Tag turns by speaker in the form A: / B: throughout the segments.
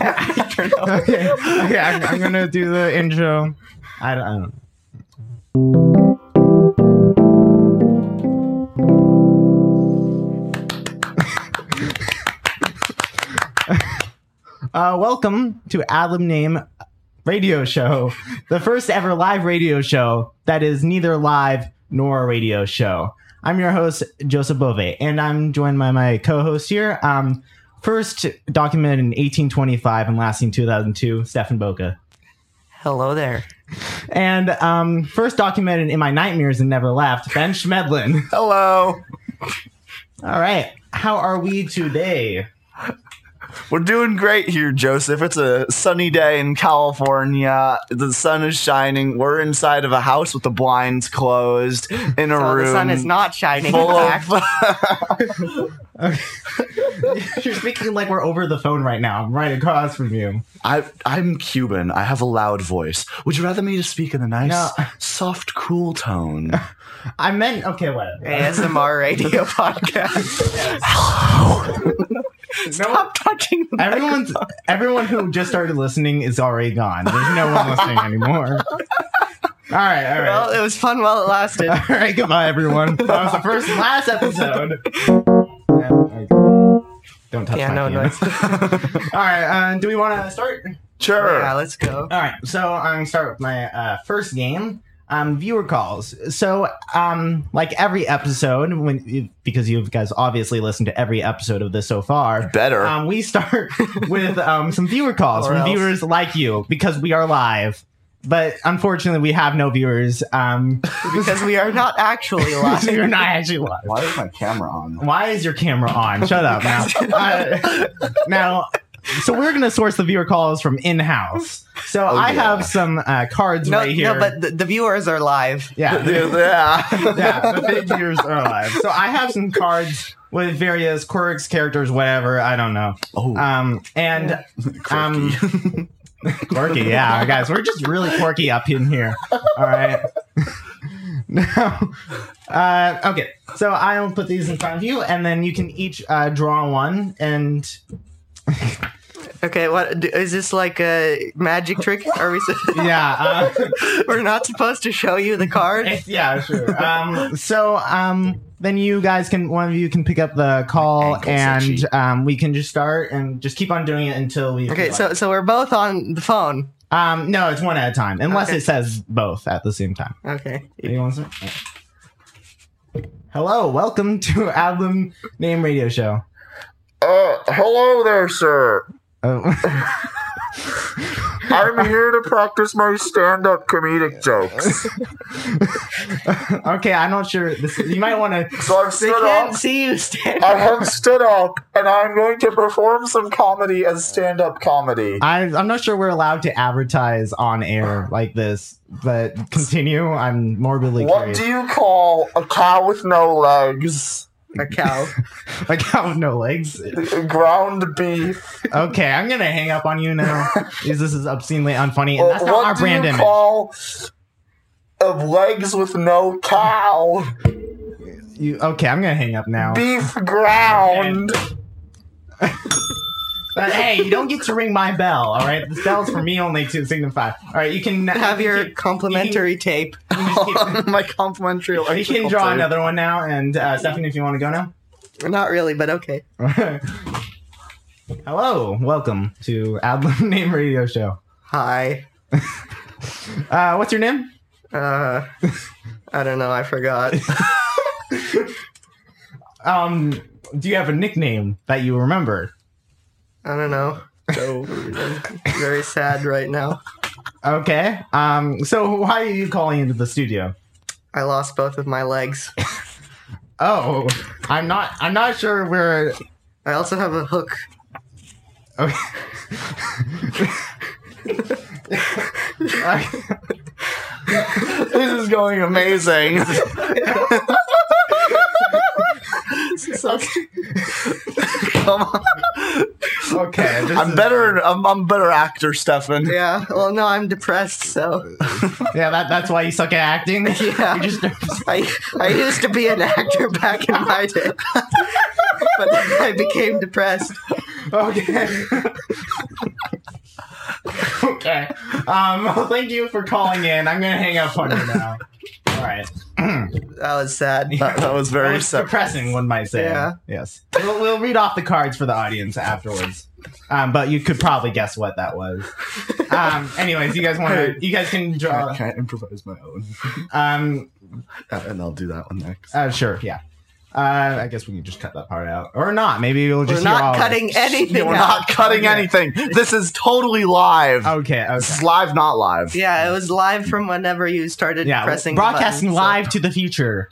A: okay, okay. I'm, I'm gonna do the intro. I don't. I don't know. Uh, welcome to Adlib Name Radio Show, the first ever live radio show that is neither live nor a radio show. I'm your host, Joseph Bove, and I'm joined by my co host here. Um, first documented in 1825 and last in 2002, Stefan Boca.
B: Hello there.
A: And um, first documented in my nightmares and never left, Ben Schmedlin.
C: Hello.
A: All right. How are we today?
C: We're doing great here, Joseph. It's a sunny day in California. The sun is shining. We're inside of a house with the blinds closed in a
B: So
C: room.
B: the sun is not shining.
C: full
B: in fact.
C: of.
A: You're speaking like we're over the phone right now. I'm right across from you.
C: I, I'm Cuban. I have a loud voice. Would you rather me to speak in a nice,
A: No.
C: soft, cool tone?
A: I meant, okay, whatever.
B: ASMR radio podcast. Stop touching the
A: Everyone's everyone who just started listening is already gone. There's no one listening anymore. All right, all right.
B: Well, it was fun while it lasted.
A: all right, goodbye, everyone. That was the first and last episode. Don't touch
B: yeah,
A: my
B: no
A: no,
B: noise.
A: All right, uh, do we want to start?
C: sure.
B: yeah, let's go.
A: All right, so I'm gonna start with my uh, first game. Um, viewer calls. So, um, like every episode, when because you guys obviously listened to every episode of this so far,
C: Better.
A: um, we start with um, some viewer calls
B: Or
A: from
B: else.
A: viewers like you because we are live. But unfortunately, we have no viewers. Um,
B: Because we are not actually
A: so you're
B: live.
A: not actually live.
C: Why is my camera on?
A: Why is your camera on? Shut up now. Uh, now, so we're going to source the viewer calls from in house. So
C: Oh,
A: I
C: yeah.
A: have some uh, cards
B: No,
A: right here.
B: no, but the, the viewers are live.
A: yeah.
C: yeah.
A: yeah, the big viewers are alive. So I have some cards with various quirks, characters, whatever. I don't know.
C: Oh,
A: Um, and um, quirky, yeah, guys, we're just really quirky up in here. All right. now, uh, okay, so I'll put these in front of you, and then you can each uh, draw one. And
B: Okay, what do- is this like a magic trick? Are we? s-
A: yeah, uh,
B: We're not supposed to show you the card.
A: yeah, sure. Um, so um, then you guys can one of you can pick up the call,
C: ankles are
A: and
C: cheap.
A: um, we can just start and just keep on doing it until we.
B: Okay, so so we're both on the phone.
A: um, no, it's one at a time, unless
B: Okay.
A: it says both at the same time.
B: Okay.
A: Anyone, sir? Hello, welcome to Album Name Radio Show.
C: Uh, hello there, sir.
A: Oh,
C: I'm here to practice my stand-up comedic jokes.
A: okay, I'm not sure. This, you might want to.
C: So I've
B: They
C: stood
B: can't
C: up.
B: see you stand.
C: I have stood up, and I'm going to perform some comedy as stand-up comedy.
A: I'm not sure we're allowed to advertise on air like this, but continue. I'm morbidly
C: What
A: curious.
C: do you call a cow with no legs?
B: A cow.
A: like, I have no legs.
C: Ground beef.
A: Okay, I'm gonna hang up on you now. Because this is obscenely unfunny, and that's not
C: what
A: our
C: do
A: brand
C: you
A: image.
C: call a legs with no cow?
A: Oh. You- okay, I'm gonna hang up now.
C: Beef ground.
A: But hey, you don't get to ring my bell. All right, this bell's for me only to signify. All right, you can
B: Have your complimentary tape.
A: you can just keep-
C: My complimentary.
A: We can
C: electrical
A: draw
C: tape.
A: another one now, and uh, Stephanie, if you want to go now.
B: Not really, but okay.
A: Hello, welcome to Adlib Name Radio Show.
B: Hi.
A: Uh, what's your name?
B: Uh, I don't know. I forgot.
A: Um, do you have a nickname that you remember?
B: I don't know. So I'm very sad right now.
A: Okay. Um, so why are you calling into the studio?
B: I lost both of my legs.
A: Oh, I'm not. I'm not sure where.
B: I also have a hook.
A: Okay.
C: This is going amazing. Come on.
A: okay. this
C: I'm
A: is-
C: better. I'm, I'm better actor, Stefan.
B: Yeah. Well, no, I'm depressed, so
A: Yeah, that, that's why you suck at acting.
B: Yeah.
A: You just
B: I I used to be an actor back in my day, but then I became depressed.
A: okay. okay. Um, well, thank you for calling in. I'm gonna hang up on you now. All right.
B: That was sad.
C: That, that was very
A: That was
C: sad.
A: depressing, one might say.
B: Yeah.
A: Yes. We'll, we'll read off the cards for the audience afterwards. Um, but you could probably guess what that was. Um, anyways, you guys want to? You guys can
C: I
A: draw.
C: can't improvise my own,
A: Um,
C: Uh, and I'll do that one next.
A: uh, sure. Yeah. Uh, I guess we can just cut that part out, or not. Maybe we'll
B: We're
A: just. hear all
B: not
A: of it.
B: cutting anything.
C: We're
B: out.
C: not cutting anything. This is totally live.
A: Oh, Okay.
C: This
A: Okay.
C: is live, not live.
B: Yeah, it was live from whenever you started
A: Yeah.
B: pressing. the
A: broadcasting
B: button, so-
A: live to the future.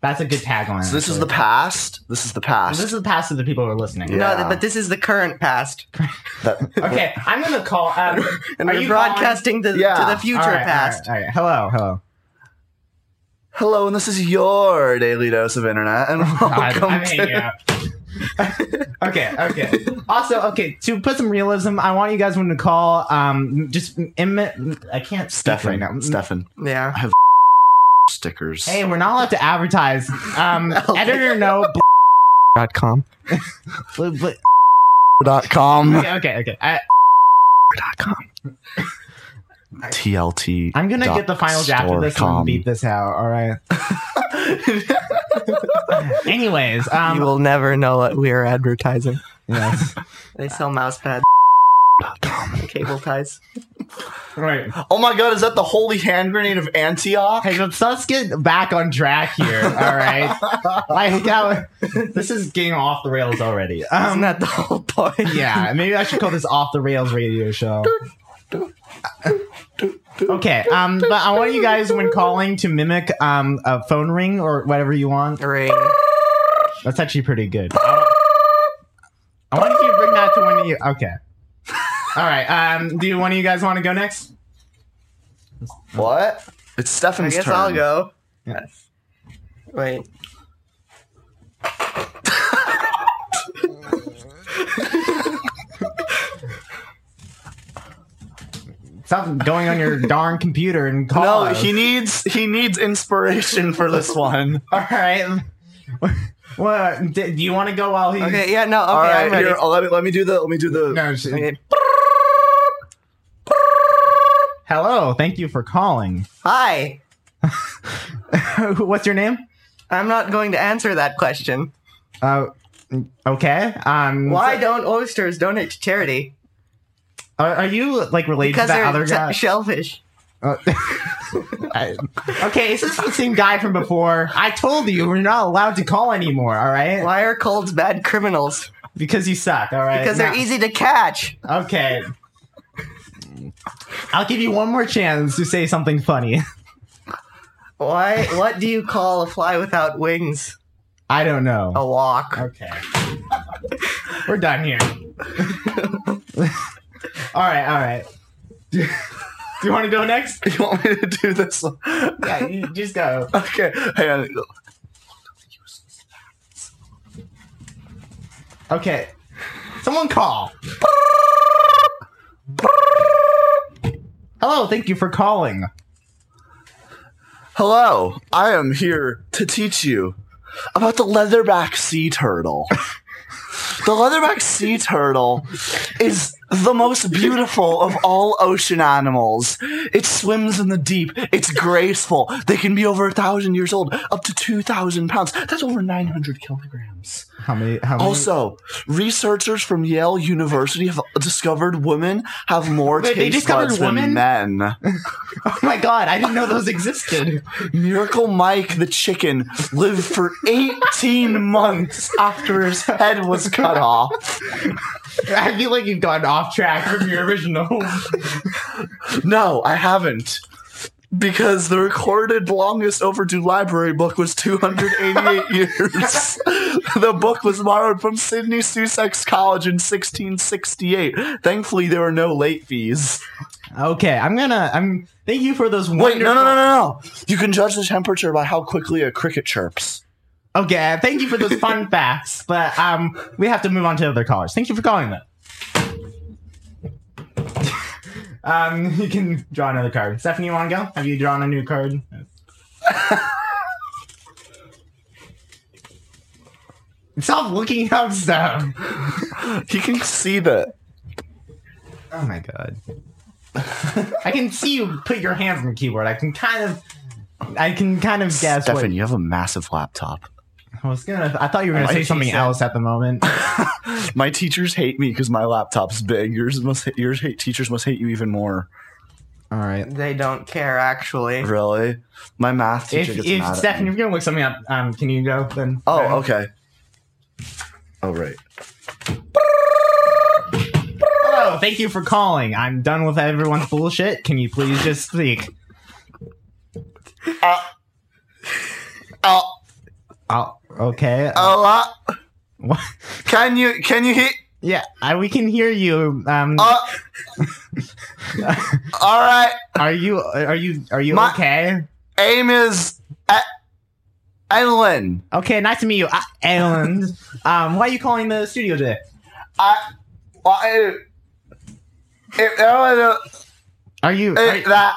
A: That's a good tagline.
C: So this is
A: actually.
C: the past. This is the past.
A: This is the past of the people who are listening.
C: Yeah.
B: No, but this is the current past,
C: That-
A: Okay, I'm gonna call. Um,
B: and
A: Are
B: we're
A: you
B: broadcasting to,
C: Yeah.
B: to the future
A: all right, all right,
B: past.
A: All right, Hello. Hello.
C: Hello, and this is your daily dose of internet, and
A: God,
C: welcome
A: I'm hanging
C: to.
A: out. okay, okay. Also, okay, to put some realism, I want you guys when to call um just Im- I can't speak right
C: Stefan,
A: now.
C: Stefan,
B: Yeah.
C: stickers.
A: Hey, we're not allowed to advertise. Um editor no
B: Dot com.
A: bl- bl-
C: dot com
A: Okay, okay, okay. I,
C: tlt.
A: I'm gonna get the final draft of this and beat this out, alright. Anyways,
B: you
A: um
B: will never know what we are advertising.
A: yes.
B: They sell mouse pads. Cable ties.
A: Right.
C: Oh my god, is that the holy hand grenade of Antioch?
A: Hey, let's, let's get back on track here. All right, like that, this is getting off the rails already.
B: Isn't
A: Um,
B: that the whole point?
A: yeah, maybe I should call this off the rails radio show. Okay, um, but I want you guys when calling to mimic um a phone ring or whatever you want.
B: Ring.
A: That's actually pretty good. I want- I want you to bring that to one of you. Okay. All right. Um, do you, one of you guys want to go next?
C: What? It's
B: I
C: Stefan's
B: guess
C: turn.
B: I'll go.
A: Yeah.
B: Wait.
A: Stop going on your darn computer and call.
C: No,
A: us.
C: he needs he needs inspiration for this one.
A: All right. What d- do you want to go while he?
B: Okay. Yeah. No. Okay.
C: All
B: I'm
C: right,
B: ready.
C: here, oh, let me let me do the let me do the.
A: No, sh-
B: Okay.
A: Hello. Thank you for calling.
B: Hi.
A: What's your name?
B: I'm not going to answer that question.
A: Uh, okay. Um,
B: Why don't oysters donate to charity?
A: are, are you like related to
B: Because
A: that
B: they're
A: other
B: t-
A: guy?
B: shellfish.
A: Uh, I- okay, is this the same guy from before? I told you we're not allowed to call anymore. All right,
B: Why are colds bad criminals?
A: because you suck. All right,
B: Because they're
A: No.
B: easy to catch.
A: Okay. I'll give you one more chance to say something funny.
B: Why? What do you call a fly without wings?
A: I don't know.
C: Oh.
B: A walk.
A: Okay. We're done here. all right, all right. Do, do you want to go next?
C: You want me to do this? one?
A: Yeah, you just go.
C: Okay, hang on.
A: Okay. Someone call. Hello, thank you for calling.
C: Hello, I am here to teach you about the leatherback sea turtle. the leatherback sea turtle is the most beautiful of all ocean animals. It swims in the deep, it's graceful. They can be over a thousand years old, up to 2,000 pounds. That's over 900 kilograms.
A: How many? How many?
C: Also, researchers from Yale University have discovered women have more
A: Wait, they
C: taste
A: discovered
C: buds than
A: women?
C: men.
A: oh my god, I didn't know those existed.
C: Miracle Mike the chicken lived for 18 months after his head was cut off.
A: I feel like you've gone off track from your original.
C: No, I haven't. Because the recorded longest overdue library book was 288 years. the book was borrowed from Sidney Sussex College in 1668. Thankfully, there were no late fees.
A: okay, I'm gonna. I'm. Thank you for those.
C: Wait, no, no, no, no, no. You can judge the temperature by how quickly a cricket chirps.
A: Okay, uh, thank you for those fun facts, but um, we have to move on to other callers. Thank you for calling them. um, you can draw another card. Stephanie, you want to go? Have you drawn a new card? Stop looking up stuff.
C: He can see that.
A: Oh my god. I can see you put your hands on the keyboard. I can kind of, I can kind of guess
C: Stefan,
A: what
C: you have a massive laptop.
A: I was gonna. I thought you were gonna
C: Like
A: say
C: Oh, she
A: something
C: said.
A: else at the moment.
C: My teachers hate me because my laptop's big. Yours must. Yours hate teachers must hate you even more.
A: All right.
B: They don't care, actually.
C: Really? My math
A: If,
C: teacher gets
A: if
C: mad at
A: Stefan,
C: me.
A: if you're gonna look something up, um, can you go then?
C: Oh, okay. Oh, right.
A: Hello. Oh, Thank you for calling. I'm done with everyone's bullshit. Can you please just speak?
C: Uh, Oh,
A: Oh, okay.
C: oh, uh,
A: What?
C: can you can you hit?
A: Yeah, I, we can hear you. Um,
C: Uh, all right.
A: are you are you are you
C: My-
A: okay?
C: Aim is uh, at Edlin.
A: Okay, nice to meet you, uh, Alan. um, why are you calling the studio today?
C: I, I, if Edlin
A: Are you, are
C: is
A: you
C: that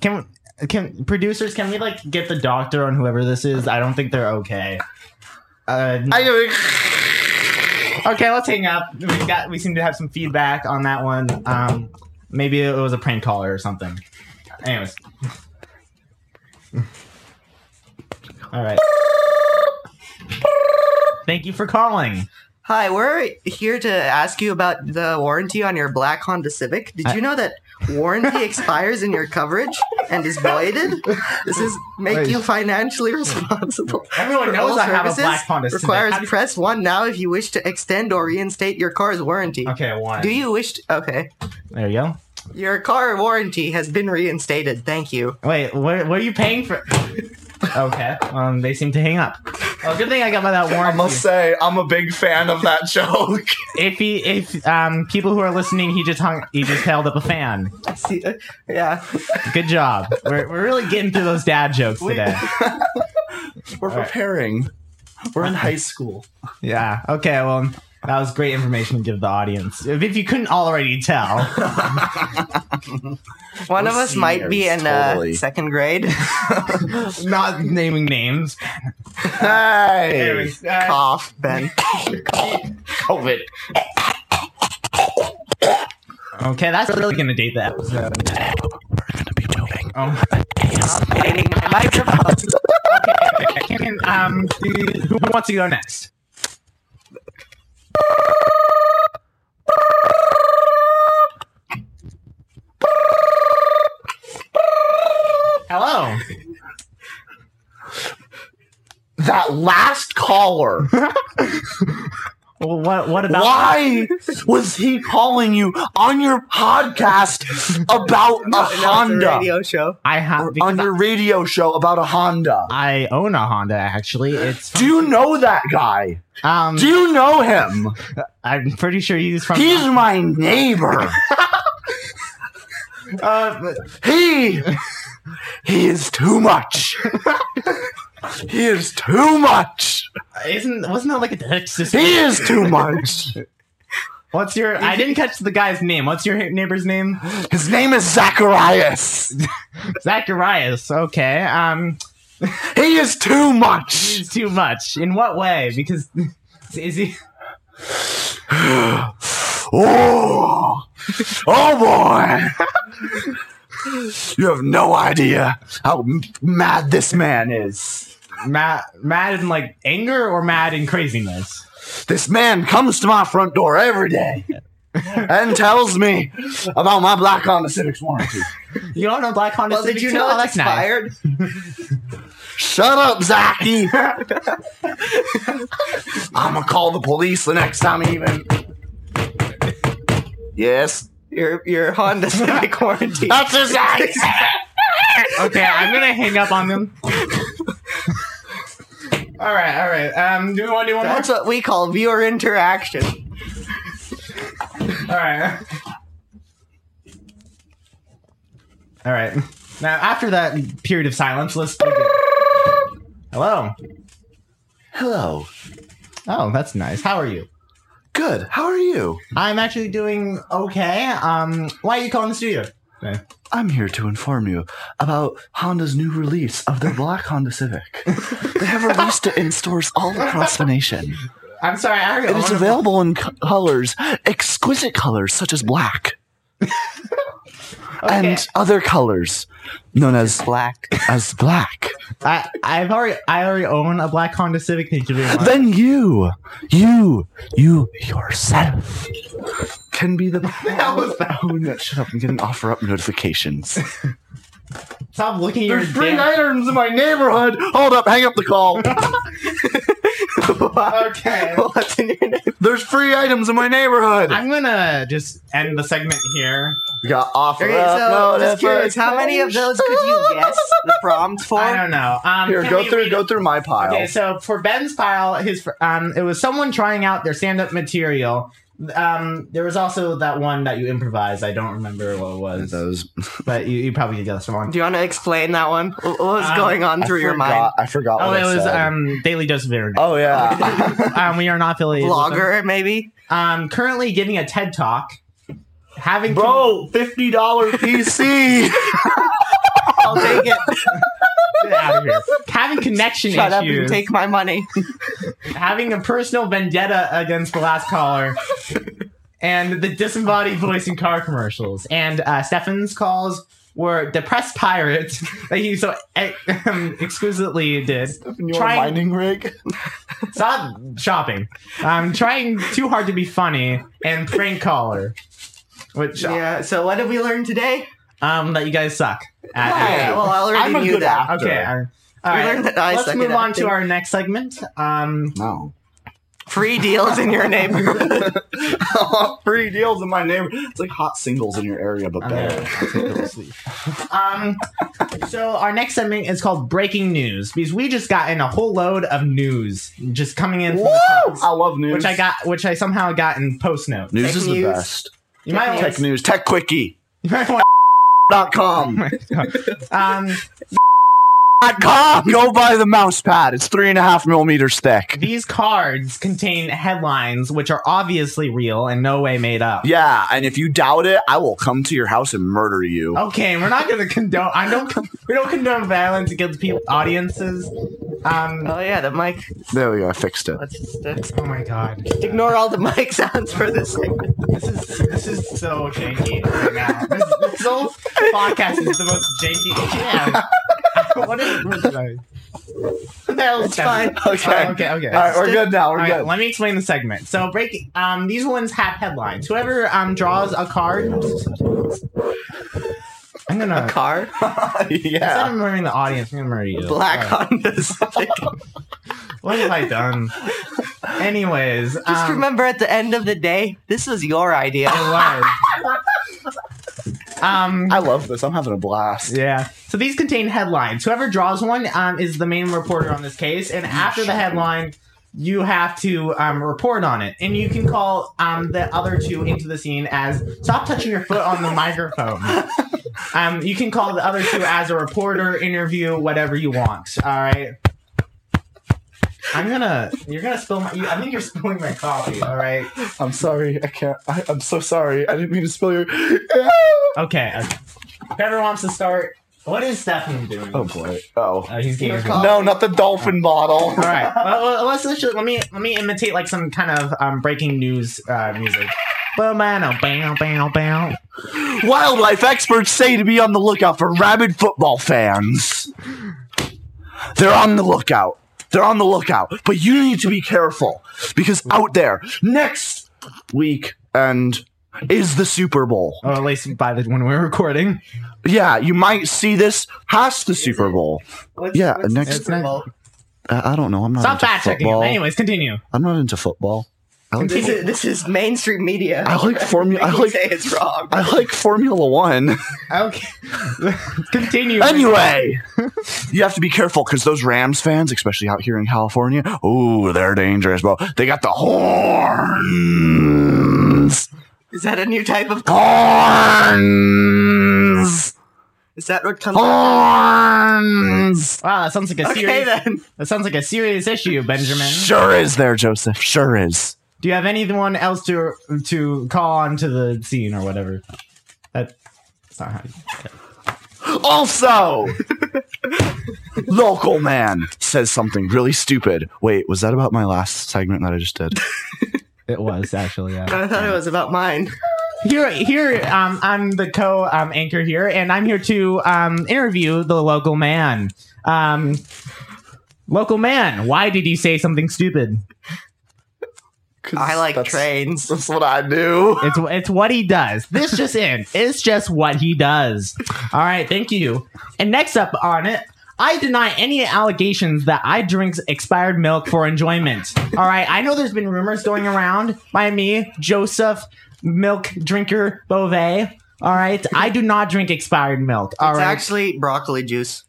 A: can can producers can we like get the doctor on whoever this is? I don't think they're okay. Uh,
C: I do.
A: okay, let's hang up. We got we seem to have some feedback on that one. Um, maybe it was a prank caller or something. Anyways. All right. Thank you for calling.
B: Hi, we're here to ask you about the warranty on your black Honda Civic. Did
A: I-
B: you know that warranty expires in your coverage and is voided? This is make
A: Wait.
B: you financially responsible.
A: Everyone
B: for
A: knows
B: all
A: I have a
B: services.
A: black Honda Civic.
B: Requires
A: How do you-
B: press one now if you wish to extend or reinstate your car's warranty.
A: Okay, one.
B: Do you wish to, okay.
A: There you go.
B: Your car warranty has been reinstated. Thank you.
A: Wait, what, what are you paying for? okay, um, they seem to hang up. Well, good thing I got by that
C: I
A: warranty.
C: must say, I'm a big fan of that joke.
A: If he, if um, people who are listening, he just hung, he just held up a fan.
B: See, uh, yeah,
A: Good job. We're, we're really getting through those dad jokes
C: Wait.
A: today.
C: We're
A: All right.
C: preparing. We're in high school.
A: Yeah. Okay. Well, that was great information to give the audience. If, if you couldn't already tell,
B: one
C: We're
B: of us might be in
C: seniors,
B: uh,
C: totally.
B: second grade.
A: not naming names.
C: Hey,
A: Anyways, uh,
B: Cough, Ben.
C: COVID.
A: okay, that's really gonna date the episode.
C: We're gonna be doing.
A: Oh,
B: Hitting my microphone.
A: can, um, who wants to go next? Hello.
C: That last caller.
A: Well, what? What about?
C: Why was he calling you on your podcast about a
B: It's a
C: Honda?
B: radio show.
A: I have
C: on your radio show about a Honda.
A: I own a Honda. Actually, it's.
C: Do you know that guy?
A: Um,
C: Do you know him?
A: I'm pretty sure he's from.
C: He's my neighbor.
A: Uh,
C: He He is too much. He is too much.
A: isn't wasn't that like a Texas?
C: He is too much.
A: What's your? I didn't catch the guy's name. What's your neighbor's name?
C: His name is Zacharias.
A: Zacharias. Okay. Um,
C: He is too much.
A: he's too much. In what way? Because is he?
C: Oh, oh boy. You have no idea how m- mad this man is.
A: mad, mad in like anger or mad in craziness?
C: This man comes to my front door every day and tells me about my black Honda Civic's warranty.
A: You don't know Black Honda
B: Well, did
A: Civic
B: you
A: too?
B: know
A: Oh,
B: it's
A: that's nice.
B: expired?
C: Shut up, Zachy. I'm gonna call the police the next time, even. Yes,
B: Your your Honda Civic warranty.
C: that's a Zachy.
A: Okay, I'm gonna hang up on them. all right, all right. Um, do we want to do one
B: That's what we call viewer interaction.
A: more? All right. All right. Now, after that period of silence, let's. Take it. Hello.
C: Hello.
A: Oh, that's nice. How are you?
C: Good. How are you?
A: I'm actually doing okay. Um, why are you calling the studio?
C: I'm here to inform you about Honda's new release of their black Honda Civic. They have released it in stores all across the nation.
A: I'm sorry. I already
C: It is
A: own a-
C: available in co- colors, exquisite colors such as black. and other colors known as
B: Black.
C: as black.
A: I, I've already, I already own a black Honda Civic. Thank you very much.
C: Then you, you, you yourself can be the.
A: That was bad.
C: Oh no! Shut up! I'm getting offer up notifications.
A: Stop looking at your damn.
C: items in my neighborhood. Hold up! Hang up the call.
A: Okay.
B: What's in your name?
C: There's free items in my neighborhood.
A: I'm gonna just end the segment here.
C: We got offer
B: Okay,
C: up
B: so just
C: notifications.
B: curious, how many of those could you guess the prompt for?
A: I don't know. Um,
C: Here,
A: can
C: go
A: we
C: through,
A: read
C: go
A: it?
C: through my pile.
A: Okay, so for Ben's pile, his fr- um, it was someone trying out their stand-up material. Um, there was also that one that you improvised. I don't remember what it was,
C: Those
A: but you, you probably could guess wrong.
B: Do you want to explain that one? Wh- What was
A: Um,
B: going on through
C: I
B: your mind?
C: forgot- I forgot.
A: Oh,
C: what
A: it
C: I
A: was
C: said.
A: um, Daily Dose of Internet.
C: Oh yeah.
A: Um, we are not affiliated. with them.
B: Vlogger, maybe?
A: Um, currently giving a TED talk. Having
C: Bro, fifty dollar PC.
B: I'll take it.
A: Get out of here. having connection
B: Shut up
A: issues.
B: and take my money.
A: having a personal vendetta against the last caller and the disembodied voice in car commercials and uh, stefan's calls were depressed pirates that he so eh, um, exquisitely did Trying-
C: mining rig.
A: stop shopping um, trying too hard to be funny and prank caller which
B: Yeah, so what did we learn today?
A: um that you guys suck at-
B: Hi, well, I already
C: Uh, I'm a
B: knew
C: good
B: that.
C: actor.
A: okay I- all
B: We
A: right,
B: learned that I
A: let's
B: suck at
A: move on
B: acting.
A: to our next segment um
C: No.
B: Free deals in your neighborhood.
C: Free deals in my neighborhood. It's like hot singles in your area, but better.
A: Um, so our next segment is called breaking news because we just got in a whole load of news just coming in, from the
C: Woo!
A: press,
C: I love news.
A: which I got, which I somehow got in post note.
C: News
B: Tech
C: is the
B: news.
C: best.
A: You might want
C: Tech news. Techquickie.com.
A: you might want Oh um,
C: Dot com. Go buy the mouse pad. It's three and a half millimeters thick.
A: these cards contain headlines which are obviously real and no way made up.
C: Yeah, and if you doubt it, I will come to your house and murder you.
A: Okay, we're not gonna condone. I don't. con- We don't condone violence against people, audiences. Um.
B: oh, yeah, the mic.
C: There we go. I fixed it.
B: Let's just uh,
A: Oh my god.
B: ignore all the mic sounds for this segment.
A: This is this is so janky right now. This, this whole podcast is the most janky. Yeah. what is what did I? What the hell is
B: It's
A: that?
B: fine.
A: Oh, okay. Okay.
C: All right, we're good now.
A: All
C: We're
A: right,
C: good.
A: let me explain the segment. So, break. Um, these ones have headlines. Whoever um draws a card, I'm gonna.
B: Car,
A: Instead
C: yeah.
A: of murdering the audience, I'm gonna murder you.
B: black
A: All right.
B: Honda Civic.
A: What have I done? Anyways,
B: Just
A: um,
B: remember at the end of the day, this is your idea.
A: it was. um,
C: I love this. I'm having a blast.
A: Yeah. So these contain headlines. Whoever draws one um, is the main reporter on this case, and after the headline, you have to um, report on it, and you can call um, the other two into the scene as "Stop touching your foot on the microphone." Um, you can call the other two as a reporter, interview, whatever you want. All right. I'm gonna. You're gonna spill my. You, I think you're spilling my coffee. All right.
C: I'm sorry. I can't. I, I'm so sorry. I didn't mean to spill your.
A: Okay. okay. Whoever wants to start. What is Stefan doing?
C: Oh boy. Oh.
A: Oh, he's getting.
C: No, not the dolphin bottle.
A: All right. Well, well, let's, let's just, let me let me imitate like some kind of um, breaking news uh, music. Bow, bow, bow, bow, bow.
C: Wildlife experts say to be on the lookout for rabid football fans. They're on the lookout. They're on the lookout. But you need to be careful because out there, next week and is the Super Bowl.
A: Or at least by the when we're recording.
C: Yeah, you might see this past the Super Bowl.
B: What's-
C: Yeah,
B: what's
C: next-
B: Super Bowl?
C: I, I don't know. I'm not
A: Stop
C: into
A: fact checking.
C: football.
A: him. Anyways, continue.
C: I'm not into football. I like,
B: This is, this is mainstream media.
C: I like formula. I
B: You
C: like
B: say it's wrong.
C: I like Formula One.
A: Okay. continue.
C: Anyway, you have to be careful because those Rams fans, especially out here in California, oh, they're dangerous, bro. They got the horns.
B: Is that a new type of?
C: Horns.
B: Is that what comes?
C: Horns.
A: Wow, that sounds like a
B: Oh, okay
A: serious.
B: then.
A: That sounds like a serious issue, Benjamin.
C: Sure is there, Joseph. Sure is.
A: Do you have anyone else to to call on to the scene or whatever? That. That's not how you-
C: Also, local man says something really stupid. Wait, was that about my last segment that I just did?
A: It was actually. Yeah.
B: I thought it was about mine.
A: here here um, I'm the co um, anchor here, and I'm here to um, interview the local man. Um, local man, why did you say something stupid?
C: 'Cause
B: I like
C: that's-
B: trains.
C: That's what I do.
A: It's it's what he does. This just in. It's just what he does. All right, thank you. And next up on it, I deny any allegations that I drink expired milk for enjoyment. All right, I know there's been rumors going around by me, Joseph Milk Drinker Beauvais. All right, I do not drink expired milk. All
B: it's
A: right,
B: actually broccoli juice.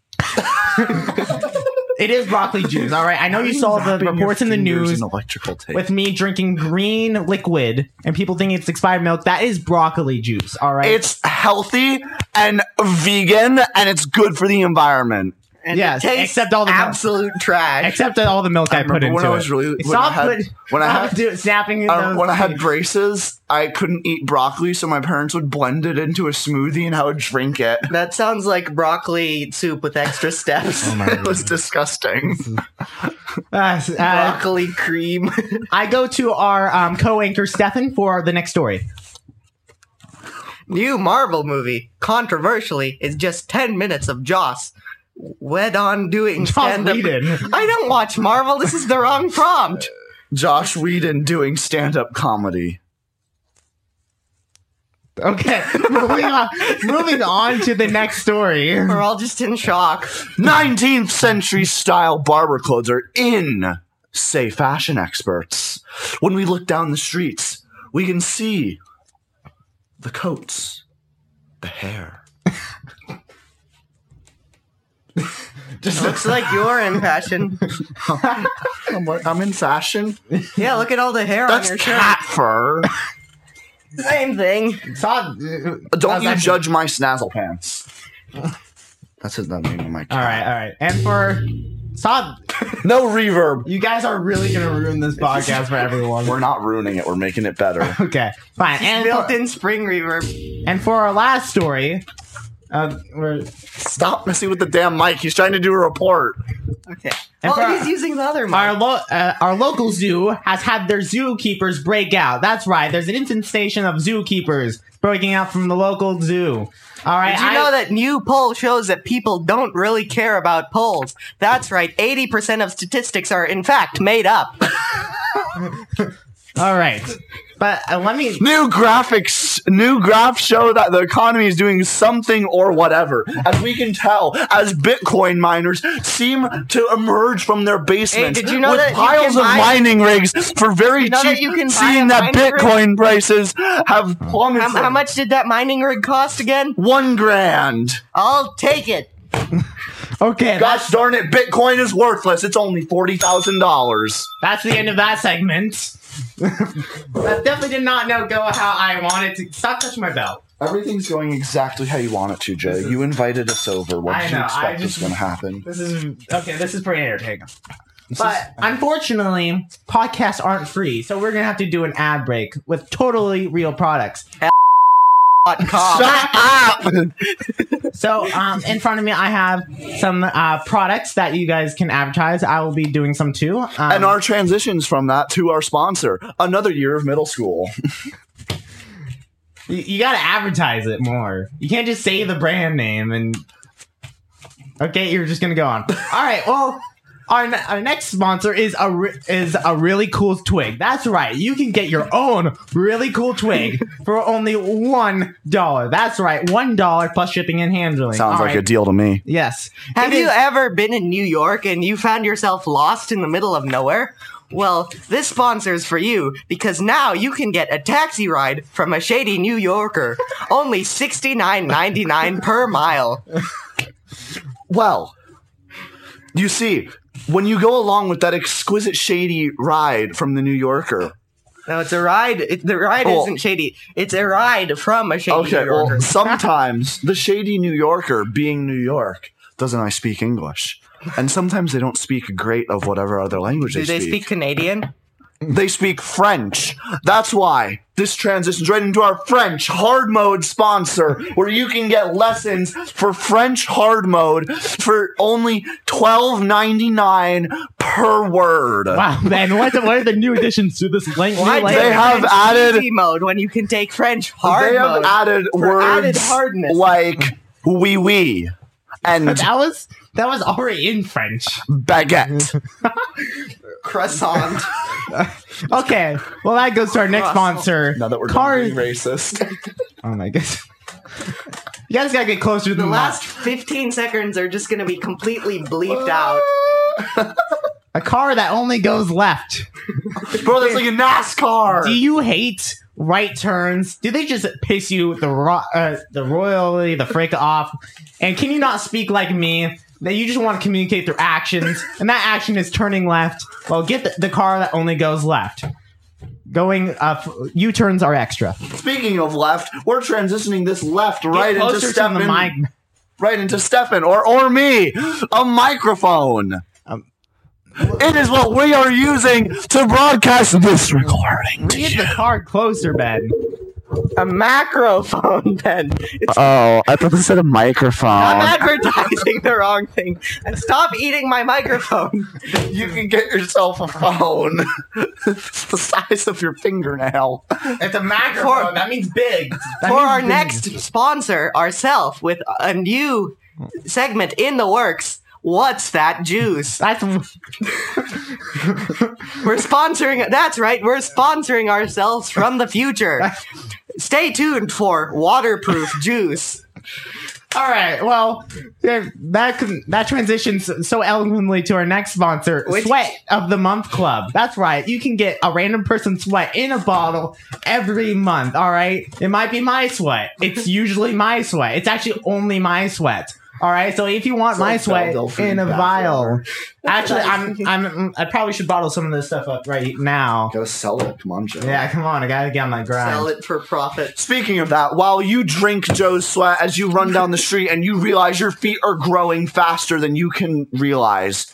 A: it is broccoli juice. All right, I know you saw the
C: Wrapping your
A: reports in the
C: fingers
A: news
C: in electrical tape.
A: with me drinking green liquid and people thinking it's expired milk. That is broccoli juice. All right,
C: it's healthy and vegan, and it's good for the environment.
B: And
A: Yes,
B: it tastes
A: except all the milk.
B: absolute trash.
A: Except that all the milk I, put
C: remember
A: into
C: when I
A: it.
C: was really- when
A: Stop
C: I had-
A: put-
C: when I
A: stop
C: had-
A: do- snapping in
C: I,
A: those
C: when I had
A: things.
C: braces, I couldn't eat broccoli, so my parents would blend it into a smoothie and I would drink it.
B: that sounds like broccoli soup with extra
A: Oh
B: steps.
C: it was disgusting.
A: Uh, s- uh,
B: broccoli cream.
A: I go to our um, co-anchor Stefan for the next story.
B: New Marvel movie, controversially, is just 10 minutes of Joss. Wed on doing
A: Joss
B: stand up.
A: Whedon.
B: I don't watch Marvel. This is the wrong prompt.
C: Josh Whedon doing stand up comedy.
A: Okay, moving on. Moving on to the next story.
B: We're all just in shock.
C: 19th century style barber clothes are in, say fashion experts. When we look down the streets, we can see the coats, the hair.
B: Looks like you're in fashion.
C: I'm, wear- I'm in fashion.
B: Yeah, look at all the hair on
C: That's
B: your shirt.
C: cat fur.
B: Same thing.
A: Stop.
C: Don't you
A: That's-
C: judge my snazzle pants. That's what that name of my
A: All
C: cat.
A: right, all right, and for stop.
C: No reverb.
A: You guys are really gonna ruin this podcast for everyone.
C: We're not ruining it. We're making it better.
A: Okay, fine. And
B: Built
A: for,
B: in spring reverb.
A: and for our last story, uh, we're
C: Stop messing with the damn mic. He's trying to do a report.
B: Okay.
A: And for-
B: Well, he's using the other
A: Our,
B: mic.
A: lo- uh, our local zoo has had their zookeepers break out. That's right. There's an infestation of zookeepers breaking out from the local zoo. All right.
B: Did you
A: I-
B: know that new poll shows that people don't really care about polls? That's right. 80% of statistics are, in fact, made up.
A: All right. But uh, let me.
C: New graphics, new graphs show that the economy is doing something or whatever. As we can tell, as Bitcoin miners seem to emerge from their basements
B: did you know
C: with
B: that you
C: piles
B: can
C: of
B: buy-
C: mining rigs for very
B: You know that
C: cheap,
B: you can buy
C: seeing
B: a
C: that
B: mining rig?
C: Bitcoin prices have plummeted.
B: How, how much did that mining rig cost again?
C: One grand.
B: I'll take it.
A: Okay. That's,
C: Gosh darn it, Bitcoin is worthless. It's only $40,000.
A: that's the end of that segment. I definitely did not know go how I wanted to. Stop touching my belt.
C: Everything's going exactly how you want it to, Jay. You invited us over. What
A: I
C: did you
A: know, I
C: expect was
A: just-
C: going to happen?
A: This is. Okay, this is pretty entertaining. But unfortunately, podcasts aren't free, so we're going to have to do an ad break with totally real products.
B: .com.
C: Shut up!
A: Um, So, um, in front of me, I have some uh, products that you guys can advertise. I will be doing some too. Um,
C: and our transitions from that to our sponsor, another year of middle school.
A: you, you got to advertise it more. You can't just say the brand name and. Okay, you're just gonna go on. All right. Well, our, ne- our next sponsor is a re- is a really cool twig. That's right. You can get your own really cool twig for only one dollar. That's right, one dollar plus shipping and handling.
C: Sounds
A: All
C: like a
A: right.
C: deal to me.
A: yes.
B: Have
A: It
B: you
A: is-
B: ever been in New York and you found yourself lost in the middle of nowhere? Well, this sponsor's for you because now you can get a taxi ride from a shady New Yorker. Only $69.99 per mile.
C: Well, you see, when you go along with that exquisite shady ride from the New Yorker,
B: No, it's a ride. It, the ride
C: Oh.
B: isn't shady. It's a ride from a shady
C: okay,
B: New Yorker.
C: well, sometimes the shady New Yorker, being New York, doesn't I speak English? And sometimes they don't speak great of whatever other language
B: Do they
C: speak.
B: speak Canadian?
C: They speak French. That's why this transitions right into our French hard mode sponsor, where you can get lessons for French hard mode for only twelve ninety nine per word.
A: Wow, man, what, the, what are the new additions to this language?
B: Why
C: They
B: take
C: have
B: French
C: added-
B: easy mode when you can take French hard
C: they have
B: mode?
C: added
B: for
C: words
B: added hardness.
C: like wee wee and
A: that was that was already in French.
C: baguette.
B: croissant.
A: Okay, well that goes to our next sponsor.
C: now that we're
A: Car-
C: being racist,
A: Oh my goodness. You guys gotta get closer to the
B: the
A: last.
B: last 15 seconds are just going to be completely bleeped out.
A: A car that only goes left.
C: bro, that's like a NASCAR.
A: Do you hate right turns? Do they just piss you the ro- uh, the royally the frick off? And can you not speak like me? That you just want to communicate through actions, and that action is turning left. Well, get the, the car that only goes left. Going up, U turns are extra.
C: Speaking of left, we're transitioning this left right
A: Get
C: into
A: closer to the
C: Stefan,
A: mic.
C: right into Stefan, or or me, a microphone.
A: Um,
C: it is what we are using to broadcast this recording. to
A: Get
C: you.
A: the car closer, Ben.
B: A macrophone, Ben. It's
C: Oh, I thought this said a
B: I'm
A: Um,
C: microphone.
B: advertising the wrong thing. And stop eating my microphone.
C: You can get yourself a phone. it's the size of your fingernail.
A: It's a macro. That means big.
B: For our next sponsor, ourself, with a new segment in the works. What's that juice?
A: That's
B: We're sponsoring. That's right. We're sponsoring ourselves from the future. Stay tuned for waterproof juice.
A: All right. Well, there- that con- that transitions so eloquently to our next sponsor,
B: Which-
A: Sweat of the Month Club. That's right. You can get a random person's sweat in a bottle every month. All right. It might be my sweat. It's usually my sweat. It's actually only my sweat. All right. So if you want my
C: like
A: sweat
C: Belle Delphine
A: in a
C: bathwater.
A: vial, actually, I'm I'm I probably should bottle some of this stuff up right now.
C: Gotta sell it, come on, Joe.
A: Yeah. Come on. I gotta get on my grind.
B: Sell it for profit.
C: Speaking of that, while you drink Joe's sweat as you run down the street and you realize your feet are growing faster than you can realize,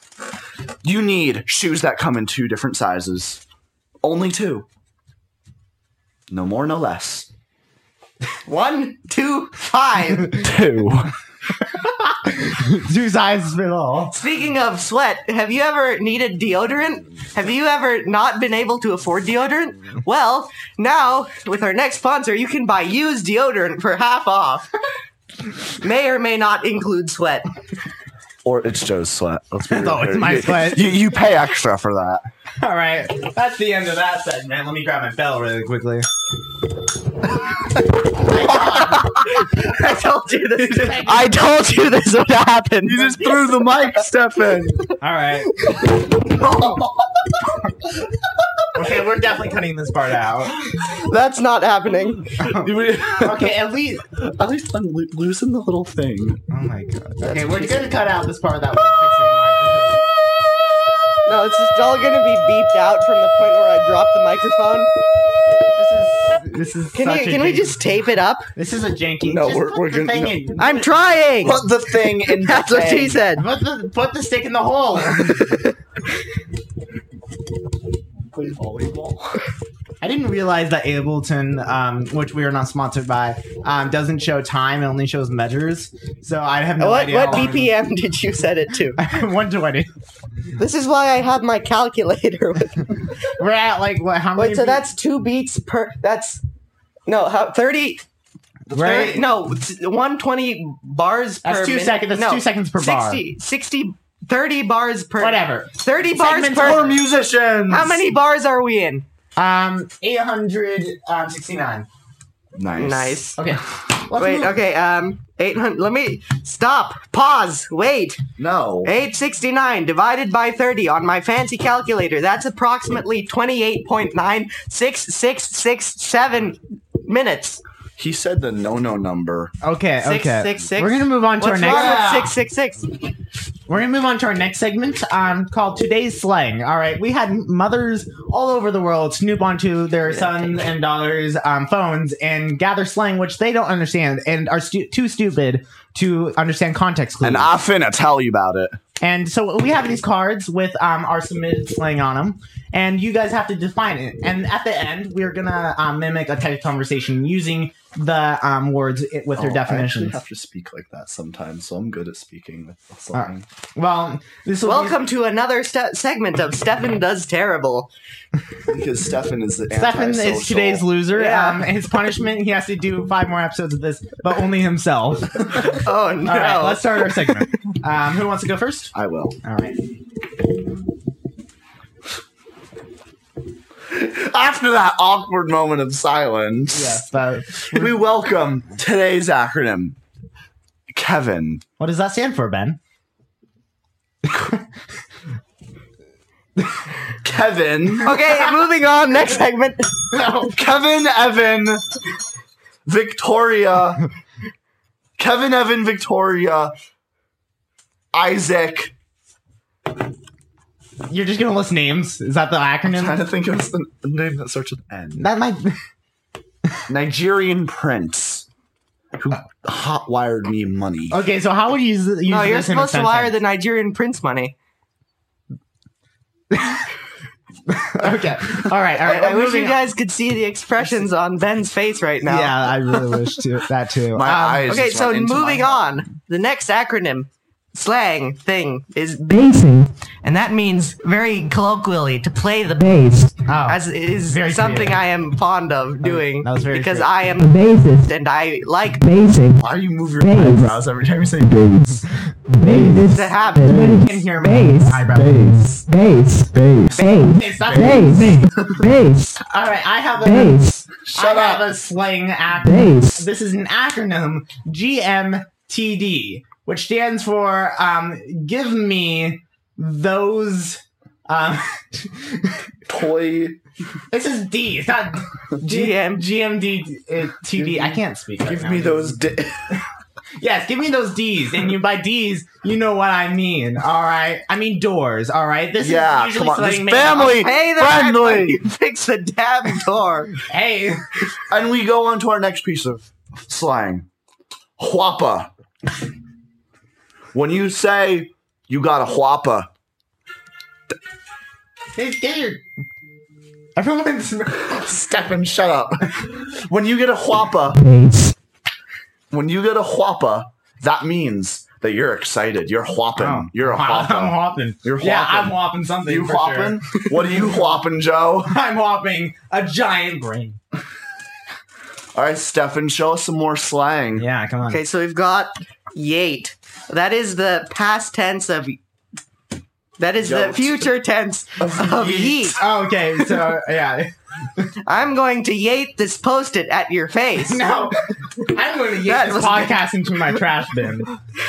C: you need shoes that come in two different sizes. Only two. No more, no less.
B: One, two, five.
C: Two.
A: Two sizes fit all.
B: Speaking of sweat, have you ever needed deodorant? Have you ever not been able to afford deodorant? Well, now with our next sponsor, you can buy used deodorant for half off. May or may not include sweat.
C: or it's Joe's sweat. Let's be
A: It's always
C: real.
A: my
C: You-
A: sweat.
C: You, you pay extra for that.
A: All right, that's the end of that segment. Let me grab my bell really quickly.
B: I told you this.
C: I told you this would happen. You just threw the mic, Stefan.
A: All right. okay, we're definitely cutting this part out.
B: That's not happening.
A: Okay, at least.
C: At least I'm lo- losing the little thing.
A: Oh my god. Okay, we're gonna cut out this part that was
B: No, it's just all gonna be beeped out from the point where I dropped the microphone.
A: fixing mine. This is
B: Can
A: such
B: you
A: a
B: can we
A: janky-
B: just tape it up?
A: This is a janky.
C: No,
A: just
C: we're-
A: put
C: we're
A: the
C: gonna-
A: thing
C: no.
A: in.
B: I'm trying.
C: Put the thing in. the
B: That's what she
C: thing.
B: said.
A: Put the put the stick in the hole. I didn't realize that Ableton, um, which we are not sponsored by, um, doesn't show time. It only shows measures. So I have no
B: What
A: idea.
B: what
A: how long-
B: BPM did you set it to?
A: 120.
B: This is why I have my calculator with me.
A: We're at like what? How many?
B: Wait, so
A: beats?
B: that's two beats per. That's no how, 30,
A: right.
B: 30 No, t- one twenty bars
A: That's
B: per.
A: two
B: minute.
A: second- that's
B: no,
A: two seconds per bar.
B: 60, 60 30 bars per.
A: Whatever.
B: Thirty bars
A: Segments
B: per.
A: or
C: musicians.
B: How many bars are we in?
A: Um, 869.
C: Nice.
A: Okay. Let's
B: Wait.
A: move-
B: Okay. Um. Eight hundred. Let me stop. Pause. Wait.
C: No.
B: 869 divided by 30 on my fancy calculator. That's approximately 28.96667 minutes.
C: He said the no no number.
A: Okay.
B: Six,
A: okay.
B: six, six.
A: We're gonna move on to
B: What's
A: our next.
B: wrong
C: Yeah.
B: with 666?
A: We're gonna move on to our next segment, um, called Today's Slang. All right, we had mothers all over the world snoop onto their sons and daughters' um, phones and gather slang which they don't understand and are stu- too stupid to understand context clues.
C: And I finna tell you about it.
A: And so we have these cards with um, our submitted slang on them, and you guys have to define it. And at the end, we're gonna um, mimic a type of conversation using the um, words i- with their
C: Oh, I actually
A: definitions.
C: have to speak like that sometimes, so I'm good at speaking with the slang.
A: Alright. Well, this will
B: Welcome to another ste- segment of Stefan Does Terrible.
C: Because Stefan is the
A: Be- Stefan
C: antisocial.
A: is today's loser.
B: Yeah.
A: Um, his punishment: he has to do five more episodes of this, but only himself. All
B: Oh no.
A: right, let's start our segment. Um, who wants to go first?
C: I will.
A: All right.
C: After that awkward moment of silence,
A: Yeah. So,
C: we welcome today's acronym, Kevin.
A: what does that stand for, Ben?
C: Kevin. Oh,
B: okay, moving on. Next segment.
C: Kevin Evan Victoria. Kevin Evan Victoria. Isaac.
A: You're just gonna list names. Is that the
C: I'm trying
A: acronym?
C: to think of the name that starts with N.
A: That might.
C: Nigerian prince who hotwired me money.
A: Okay, so how would you use, use
B: No, Oh, you're
A: this in a
B: supposed to wire
A: sentence?
B: the Nigerian prince money.
A: Okay. All right. All
B: I,
A: right.
B: I wish you
A: moving on.
B: guys could see the expressions on Ben's face right now.
A: Yeah, I really wish to, that too.
C: My
A: Um,
C: eyes.
B: Okay,
C: just
B: so
C: went into my
B: moving
C: head.
B: on. The next acronym, slang thing, is basing, and that means very colloquially to play the bass,
A: Oh.
B: as it is
A: Very
B: something
A: creative.
B: I am fond of doing.
A: that was very
B: because
A: creative.
B: I am the bassist and I like
D: Amazing.
C: Why do you move your
D: Babes.
C: eyebrows every time you say babes?
D: Bass.
B: to have.
A: can hear my
D: Bass. Bass. Bass. Bass. Bass.
A: it's not-
D: Bass. Bass.
A: All right, I have a
D: Bass.
A: I have a slang acronym.
D: Bass.
A: This is an acronym GMTD, which stands for um, "Give me those." Um,
C: Toy.
A: this is D. It's not G-
B: GM.
A: GMD uh, TD. I can't speak. right
C: Give
A: now.
C: me those. Di-
A: Yes, give me those D's. And you by D's, you know what I mean. All right. I mean doors. All right. This
C: yeah,
A: is
C: come
A: usually
C: on. This
A: something made up.
C: family
B: Hey there,
C: friendly.
B: you fix the damn door.
A: Hey.
C: And we go on to our next piece of slang. Whoppa. when you say you got a whoppa,
A: Hey, get your. Everyone's.
C: Stefan, shut up. when you get a whoppa,
D: Bass.
C: when you get a whoppa, that means that you're excited. You're whopping. You're a
A: Oh. I'm
C: whoppa.
A: whopping.
C: You're
A: Yeah,
C: whopping.
A: I'm whopping something.
C: You
A: for sure.
C: whopping? What are you whopping, Joe?
A: I'm whopping a giant brain.
C: All right, Stefan, show us some more slang.
A: Yeah, come on.
B: Okay, so we've got yate. That is the past tense of. That is the
C: Yote.
B: future tense of, yeet.
A: Oh, okay, so yeah.
B: I'm going to yate this post-it at your face.
A: Now I'm going to yank
B: That
A: this
B: was-
A: podcast into my trash bin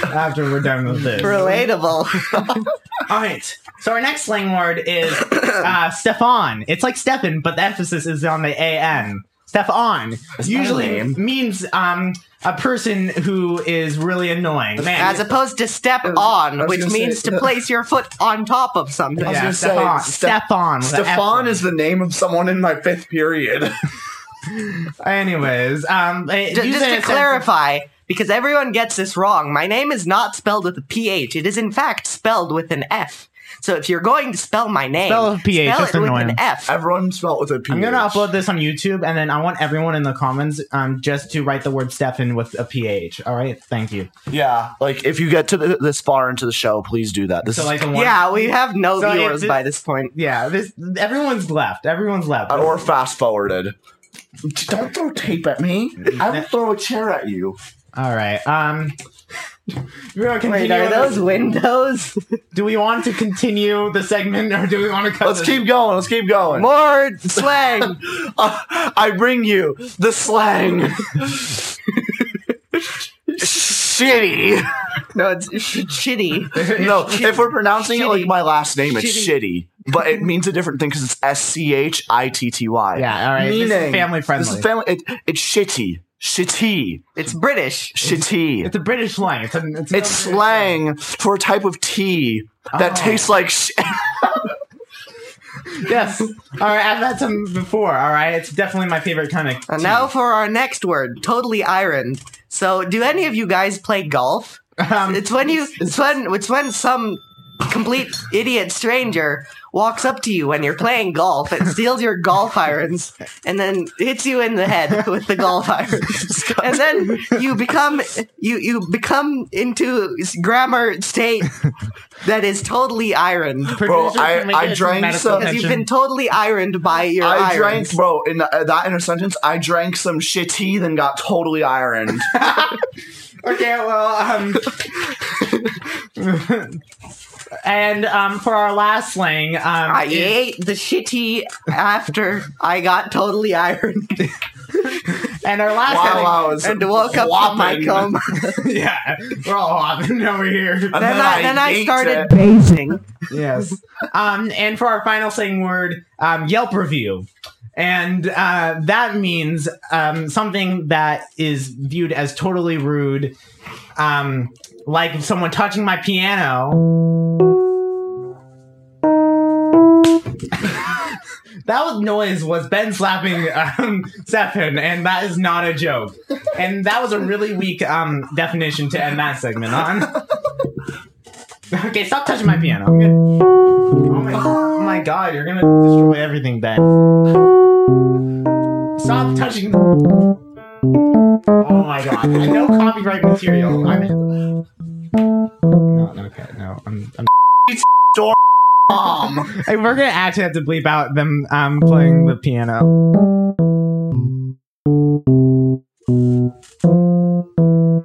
A: after we're done with this.
B: Relatable.
A: All right. So our next slang word is uh, Stefan. It's like Stefan, but the emphasis is on the A N. Stefan
C: my
A: usually
C: name.
A: means um, a person who is really annoying. Man,
B: As opposed to step on,
C: was
B: which
C: gonna
B: means
C: say-
B: to place your foot on top of something.
C: was
A: yeah,
C: gonna
A: Stefan.
C: say, Ste-
A: Stefan. with an
C: Stefan
A: F.
C: is the name of someone in my fifth period.
A: Anyways, um,
B: Ju- just to clarify, because everyone gets this wrong, my name is not spelled with a PH. It is in fact spelled with an F. So if you're going to spell my name,
A: Spell with PH,
B: spell
A: that's
B: it with
A: annoying.
B: an F.
C: Everyone spelled with a P.
A: I'm gonna upload this on YouTube, and then I want everyone in the comments um, just to write the word Stefan with a ph. All right, thank you.
C: Yeah, like if you get to th- this far into the show, please do that. This
A: So like
C: is,
A: the one,
B: Yeah, we have no
A: So
B: viewers
A: it's-
B: by this point.
A: yeah. This everyone's left. Everyone's left.
C: or fast forwarded. Don't throw tape at me. I will throw a chair at you.
A: All right. Um, we're gonna
B: Wait,
A: continue
B: are
A: on
B: those
A: this-
B: windows?
A: Do we want to continue the segment, or do we want to cut?
C: Let's
A: this?
C: keep going. Let's keep going.
B: More slang.
C: Uh, I bring you the slang. shitty.
B: No, it's sh- shitty.
C: No, if we're pronouncing it like
B: Shitty.
C: my last name, it's
B: Shitty.
C: shitty, but it means a different thing because it's S C H I T T Y.
A: Yeah. All right. this is family friendly.
C: This is family. It, it's shitty. Shitty.
B: It's British.
C: Shitty.
A: It's a British slang. It's, an, it's,
C: It's slang for a type of tea that
A: Oh.
C: tastes like sh-
A: Yes. All right, I've had some before. All right, it's definitely my favorite kind of.
B: And
A: tea.
B: now for our next word, totally ironed. So, do any of you guys play golf?
A: Um,
B: It's when you it's when it's when some complete idiot stranger walks up to you when you're playing golf and steals your golf irons and then hits you in the head with the golf irons. And then you become you you become into s- grammar state that is totally ironed.
A: Producer can
C: I-
A: make
C: I
A: it to
C: drank
A: medical
C: some-
B: Because you've
A: attention.
B: been totally ironed by your
C: I
B: irons.
C: drank, bro, in the, uh, that inner sentence, I drank some shitty, then got totally ironed.
A: Okay, well, um. and um, for our last slang, um,
B: I
A: is-
B: ate the shitty after I got totally ironed
A: and our last
C: Wow,
A: slang,
C: wow, it's
B: and woke up from my
C: whopping.
B: coma.
A: yeah, we're all hopping over here.
B: Then
C: And
B: I- then I
C: ate
B: started-
C: it.
D: amazing.
A: yes. Um, and for our final slang word, um, Yelp review. And uh, that means um, something that is viewed as totally rude, um, like someone touching my piano. that noise was Ben slapping um, Stefan, and that is not a joke. And that was a really weak um, definition to end that segment on. okay, stop touching my piano. I'm gonna- Oh my, oh my god, you're gonna destroy everything, Ben. Stop touching the. Oh my god, no copyright material. I'm. No, no, okay, no. I'm, I'm...
C: Mom.
A: Hey, we're gonna actually have to bleep out them um, playing the piano.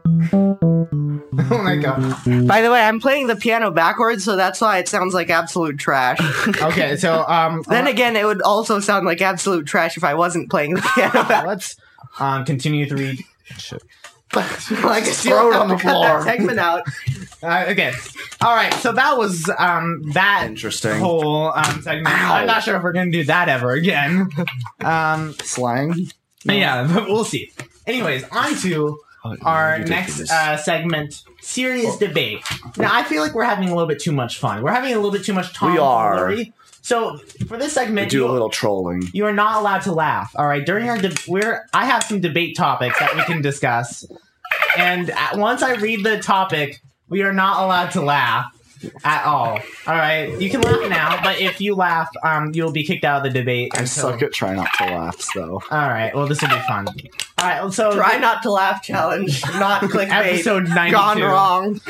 A: oh my god.
B: By the way, I'm playing the piano backwards, so that's why it sounds like absolute trash.
A: Okay, so um.
B: then again, it would also sound like absolute trash if I wasn't playing the piano backwards.
A: let's um continue to read. Shit.
B: like,
C: Throw it on the floor.
B: Cut that segment out.
A: Uh, okay. All right. So that was um that
C: Interesting.
A: whole um segment. I'm not sure if we're gonna do that ever again. Um.
C: Slang.
A: but Yeah, but we'll see. Anyways, on to
C: Oh,
A: our next uh, segment: serious debate. Now, I feel like we're having a little bit too much fun. We're having a little bit too much Tom
C: We are.
A: foolery. So for this
C: we
A: segment,
C: do a
A: you-
C: little trolling.
A: you are not allowed to laugh. All right. During our de- we're I have some debate topics that we can discuss, and at, once I read the topic, we are not allowed to laugh at all. All right. You can laugh now, but if you laugh, um, you'll be kicked out of the debate.
C: I suck at trying not to laugh, so.
A: All right. Well, this will be fun. All right. So
B: Try not to laugh challenge, not clickbait.
A: episode ninety-two.
B: Gone wrong.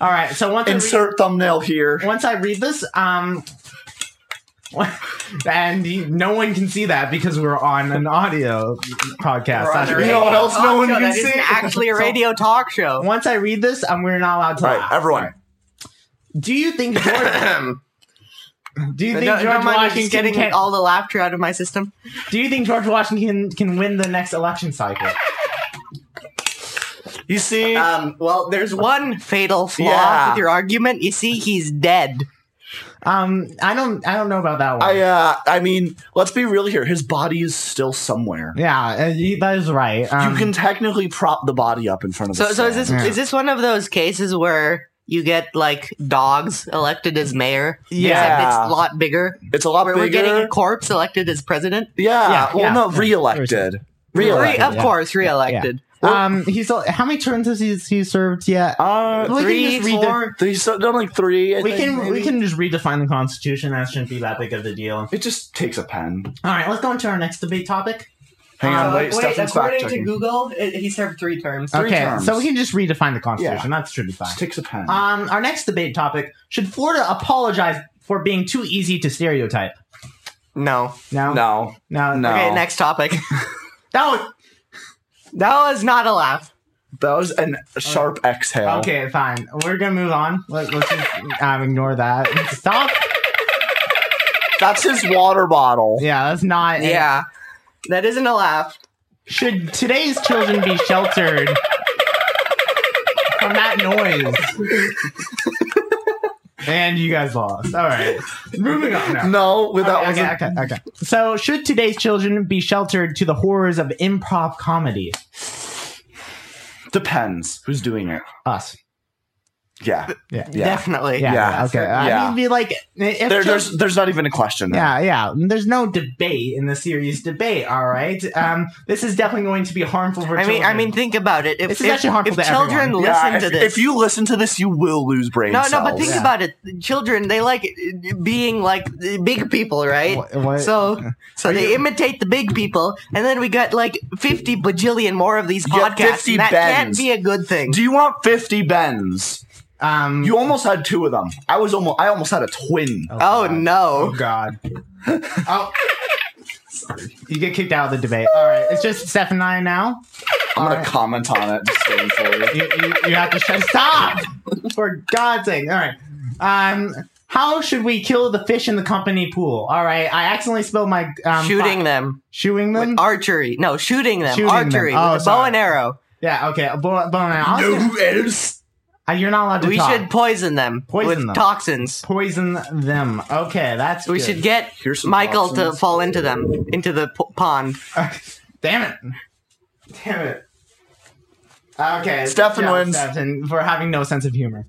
A: All right. So once I read-
C: Insert thumbnail here.
A: once I read this, um, and you, no one can see that because we're on an audio podcast.
B: We're on
A: That's
B: a
A: right.
B: radio
C: what else no
B: talk
C: one
B: show
C: can
B: that isn't
C: see?
B: actually a radio talk show.
A: Once I read this, um, we're not allowed to.
C: All right,
A: laugh.
C: everyone.
A: Do you think George?
C: Um,
A: do you
B: No,
A: think
B: no,
A: George
B: mind, I'm just
A: Washington?
B: getting
A: can,
B: all the laughter out of my system.
A: do you think George Washington can win the next election cycle?
C: You see?
B: Um, well, there's one fatal flaw
C: Yeah.
B: with your argument. You see, he's dead.
A: Um, I don't, I don't know about that one.
C: I uh, I mean, let's be real here. His body is still somewhere.
A: yeah, uh, you- that is right. Um,
C: you can technically prop the body up in front of.
B: So,
C: the
B: so is
C: stand.
B: this is this one of those cases where you get like dogs elected as mayor?
A: Yeah.
B: except it's a lot bigger.
C: It's a lot
B: Where
C: bigger.
B: we're getting a corpse elected as president.
C: yeah,
A: Yeah,
C: Well,
A: yeah,
C: no,
A: yeah.
C: reelected.
B: Re-
C: Reelected.
B: of course, reelected.
A: um, he's how many terms has he, he served yet?
C: Uh,
A: We can
B: Three,
A: just read the-
B: four.
C: they so- done like three. I
A: we
C: think,
A: can
C: maybe.
A: we can just redefine the Constitution. That shouldn't be that big of a deal. All
C: It just takes a pen.
A: right, let's go into our next debate topic.
C: Hang on,
B: Uh,
C: wait. Stefan's fact
B: according to
C: checking.
B: Google, it, he served three terms.
C: Three
A: okay,
C: terms.
A: so we can just redefine the Constitution. That's truly fine.
C: Just takes a pen.
A: Um, our next debate topic: Should Florida apologize for being too easy to stereotype?
B: No.
A: No,
C: no,
A: no,
C: no.
B: Okay, next topic.
A: That was
B: that was not a laugh.
C: That was an a sharp exhale.
A: okay. Fine, we're gonna move on. Let, let's just um, ignore that. Stop.
C: That's his water bottle.
A: Yeah, that's not.
B: Yeah, that isn't a laugh.
A: Should today's children be sheltered from that noise? And you guys lost. All right. Moving on now.
C: No, without
A: Okay, okay, okay, okay. So, should today's children be sheltered to the horrors of improv comedy?
C: depends who's doing it.
A: Us.
C: Yeah,
A: Yeah.
C: Yeah.
B: Definitely.
A: Yeah.
C: Yeah.
A: Okay.
C: Yeah.
A: I mean, be like, if chil-
C: there, there's there's not even a question. There.
A: yeah, yeah. There's no debate in the series debate. All right. Um, this is definitely going to be harmful for
B: I mean,
A: children.
B: I mean, think about it. If,
A: This is
B: if-
A: actually harmful
B: if
A: to everyone.
B: children listen
C: Yeah,
B: to
C: if,
B: this,
C: if you listen to this, you will lose brain
B: no,
C: cells.
B: no, but think
A: Yeah.
B: about it. Children, they like uh, being like uh, big people, right?
A: What- what-
B: So, so they imitate the big people, and then we got like fifty bajillion more of these
C: You got
B: podcasts.
C: 50
B: and that can't
C: bends.
B: be a good thing.
C: Do you want fifty bends?
A: um,
C: You almost had two of them. I was almost I almost had a twin.
B: oh
A: God. Oh
B: no!
A: God. Oh. You get kicked out of the debate. All right, it's just Steph and I now.
C: I'm gonna
A: Alright.
C: comment on it. Just going forward.
A: You, you, you have to shut. Stop! For God's sake! All right. Um, how should we kill the fish in the company pool? All right, I accidentally spilled my um,
B: shooting
A: fi-
B: them,
A: shooting them.
B: with archery. No, shooting them,
A: Shooting them.
B: archery
A: Oh,
B: with a bow
A: sorry.
B: and arrow.
A: yeah. Okay. a Bo- bo- I was gonna-
C: No else.
A: uh, you're not allowed to
B: We
A: talk.
B: should poison them
A: Poison
B: with
A: them.
B: toxins.
A: poison them. Okay, that's.
B: We
A: good.
B: should get
C: Here's some
B: Michael to
C: toxins.
B: fall into them, into the p- pond.
A: Damn it! Damn it! Okay,
C: Stefan
A: good job,
C: wins.
A: Stefan, for having no sense of humor.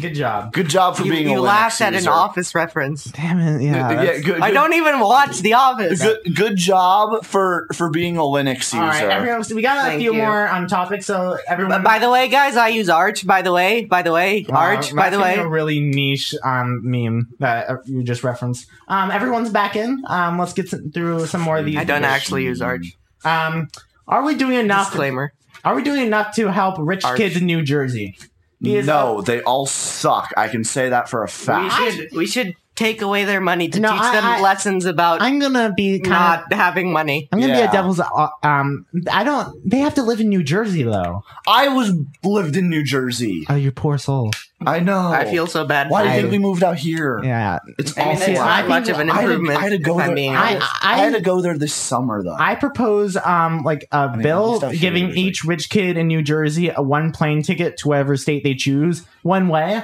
A: Good job.
C: Good job for
B: You,
C: being.
B: you
C: a
B: laughed
C: Linux
B: at an
C: user.
B: office reference.
A: Damn it! Yeah.
C: Yeah,
A: that's-
C: good, good,
B: I don't even watch The Office.
C: Good, good job for for being a Linux user.
A: All right, everyone. so we got a
B: Thank
A: few
B: you.
A: more on topic, so everyone.
B: But by the way, guys, I use Arch. By the way, by the way,
A: Wow,
B: Arch. By
A: that's gonna
B: the way,
A: be a really niche um, meme that uh, you just referenced. Um, everyone's back in. Um, let's get some, through some more of
C: Mm.
A: these.
B: I don't actually use Arch.
A: Um, are we doing enough?
B: Disclaimer.
A: Are we doing enough to help rich
B: Arch.
A: kids in New Jersey? Because-
C: No, they all suck. I can say that for a
B: We
C: fact.
B: should we should take away their money to
A: No,
B: teach
A: I-
B: them
A: I-
B: lessons about
A: I'm gonna be kind of.
B: not having money.
A: I'm gonna be
C: Yeah.
A: a devil's. uh, Um, I don't. They have to live in New Jersey though.
C: I was lived in New Jersey.
A: Oh, you poor soul.
C: I know.
B: I feel so bad.
C: Oh. Why do
B: for
C: you
A: I-
C: think we moved out here?
A: Yeah,
C: It's
B: I mean,
C: awful.
B: that's
A: Yeah, I
B: not
A: think
B: much of an
C: I had-
B: improvement.
C: I had to go
B: if I'm
C: there.
B: being
A: I-
B: honest.
C: I had to go there this summer though.
A: I propose um like a
C: mean,
A: bill
C: it's not
A: giving
C: huge, like-
A: each rich kid in New Jersey a one plane ticket to whatever state they choose, one way,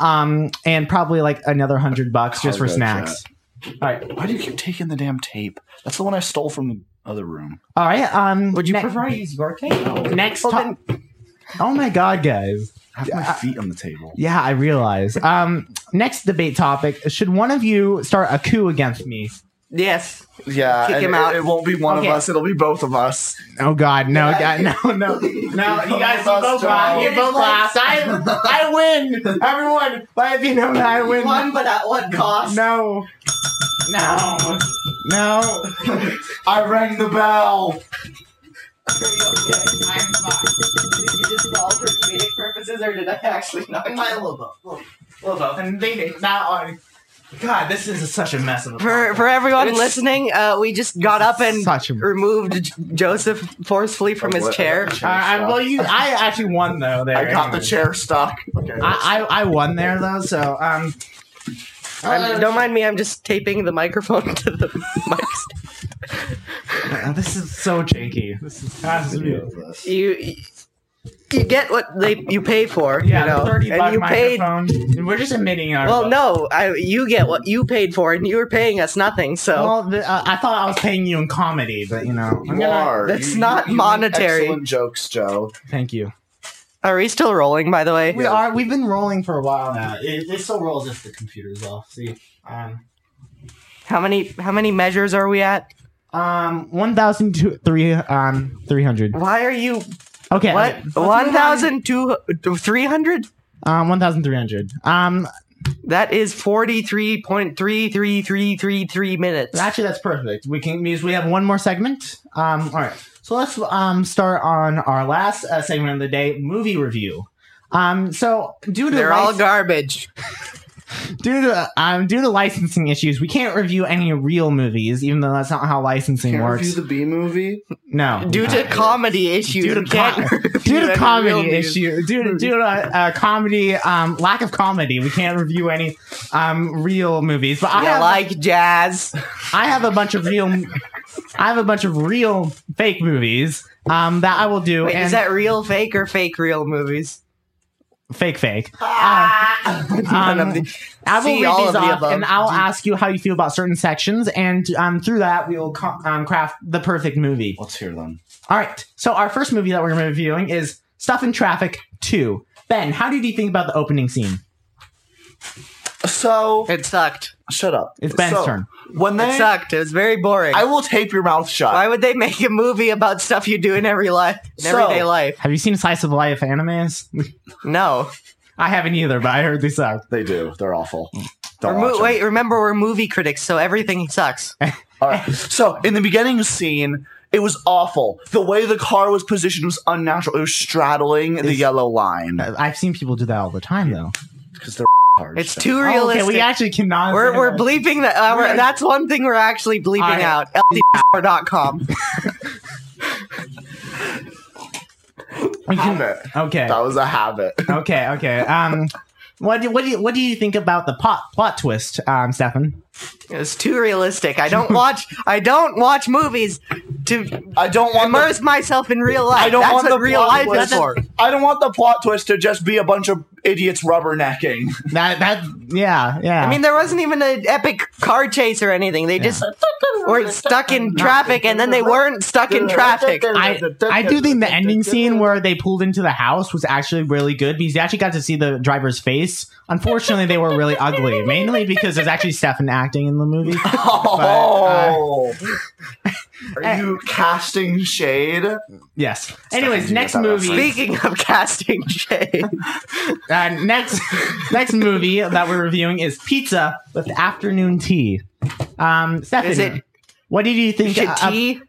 A: um, and probably like another hundred bucks just for
C: Cargo
A: snacks. All right,
C: Why do you keep taking the damn tape? That's the one I stole from the other room.
A: all right. Um,
B: Would you
A: ne-
B: prefer I use your cake?
A: next? To- oh my god, guys.
C: I have my feet on the table.
A: Yeah, I realize. Um, next debate topic: Should one of you start a coup against me?
B: Yes.
C: Yeah,
B: Kick
C: and
B: him
C: it-
B: out.
C: It, won't be one
A: Okay.
C: of us. It'll be both of us.
A: Oh God, no, God, no, no, no! You guys, you both lost. You both lost. I, I win. Everyone, let it be known that I win.
B: but at what cost?
A: No, no, no!
C: I rang the bell.
B: Purposes, or did I actually knock
A: My elbow, elbow, and they not on. God, this is such a mess of a.
B: For for everyone listening, uh, we just got up and
A: Such a-
B: removed J- Joseph forcefully from his chair.
A: Uh, I, well, you, I actually won though. There,
C: I got the
A: anyway.
C: chair stuck. Okay.
A: I, I, I won there though, so um.
B: I'm, don't mind me. I'm just taping the microphone to the mic. stand.
A: Uh, this is so janky. This is has to be-
B: You you get what they you pay for.
A: Yeah,
B: you know,
A: the thirty
B: and
A: buck
B: you paid.
A: microphone. We're just admitting our.
B: Well, no, I you get what you paid for, and you were paying us nothing. So
A: Well, the, uh, I thought I was paying you in comedy, but you know, I'm gonna-
C: You are.
B: that's
C: You-
B: not
C: you- you make
B: monetary.
C: Excellent jokes, Joe.
A: thank you.
B: are we still rolling? By the way,
A: We are. We've been rolling for a while now. It, it still rolls if the computer's off. See, um,
B: how many how many measures are we at?
A: um, one thousand two three um three hundred.
B: Why are you
A: Okay,
B: what
A: okay.
B: one thousand two three hundred?
A: Um, one thousand three hundred. Um,
B: That is forty three point three three three three three minutes.
A: actually, that's perfect. We can means we have one more segment. Um, all right. So let's um start on our last uh, segment of the day, movie review. Um, so due to
B: They're all
A: lic-
B: garbage.
A: due to um, due to licensing issues, we can't review any real movies, even though that's not how licensing
C: Can't
A: works.
C: review the B movie.
A: no,
B: Due to comedy issues,
A: Due to
B: you can't
A: com- due
B: review
A: to
B: any real
A: comedy
B: news.
A: issue, due to due to uh, comedy um, lack of comedy, we can't review any um, real movies. But I
B: You
A: have,
B: like jazz.
A: I have a bunch of real, I have a bunch of real fake movies um, that I will do.
B: Wait,
A: and
B: is that real, fake, or fake real movies?
A: fake fake. Uh,
B: Ah! None
A: um,
B: of the-
A: I will
B: See,
A: read
B: all
A: these
B: of the
A: off,
B: above.
A: and I'll ask you how you feel about certain sections, and um, through that we will co- um, craft the perfect movie.
C: Let's hear them.
A: All right. So our first movie that we're going to be reviewing is Stuff in Traffic Two. Ben, how did you think about the opening scene?
C: So
B: It sucked.
C: shut up.
A: It's Ben's
C: So,
A: turn.
C: When
B: It
C: they,
B: sucked. It was very boring.
C: I will tape your mouth shut.
B: Why would they make a movie about stuff you do in every life, in
C: So-
B: everyday life?
A: Have you seen Slice of Life animes?
B: No.
A: I haven't either, but I heard they suck.
C: they do. They're awful. Don't
B: Remo-
C: watch 'em.
B: wait, remember we're movie critics, so everything sucks.
C: All right. So in the beginning scene, it was awful. The way the car was positioned was unnatural. It was straddling the yellow line
A: I've seen people do that all the time, though.
C: because they're cars.
B: It's too
A: Oh,
B: realistic.
A: we actually cannot.
B: We're, we're bleeping that. Uh, we're- that's one thing we're actually bleeping
A: Alright.
B: out. LDR.com.
A: We can-
C: habit.
A: okay.
C: That was a habit.
A: Okay. Okay. Um, what do, what do you what do you think about the plot plot twist, um, Stefan?
B: It's too realistic. I don't watch. I don't watch movies to
C: I don't want the,
B: immerse myself in real life.
C: I don't
B: That's
C: want
B: what
C: the
B: real life
C: plot
B: is
C: twist.
B: for.
C: I don't want the plot twist to just be a bunch of idiots rubbernecking.
A: That that yeah yeah.
B: I mean, there wasn't even an epic car chase or anything. They just were stuck in traffic, and then they weren't stuck in traffic.
A: I, I do think the ending scene where they pulled into the house was actually really good because you actually got to see the driver's face. Unfortunately, they were really ugly, mainly because there's actually Stefan acting in the movie.
C: Oh,
B: uh,
C: are you casting shade?
A: Yes.
C: you
A: Anyways,
C: get
A: next
C: that
A: movie.
B: Speaking of casting shade,
A: Uh, next next movie that we're reviewing is Pizza with Afternoon Tea. Um, Stefan,
B: Is it-
A: what did you think? uh, of-
B: tea?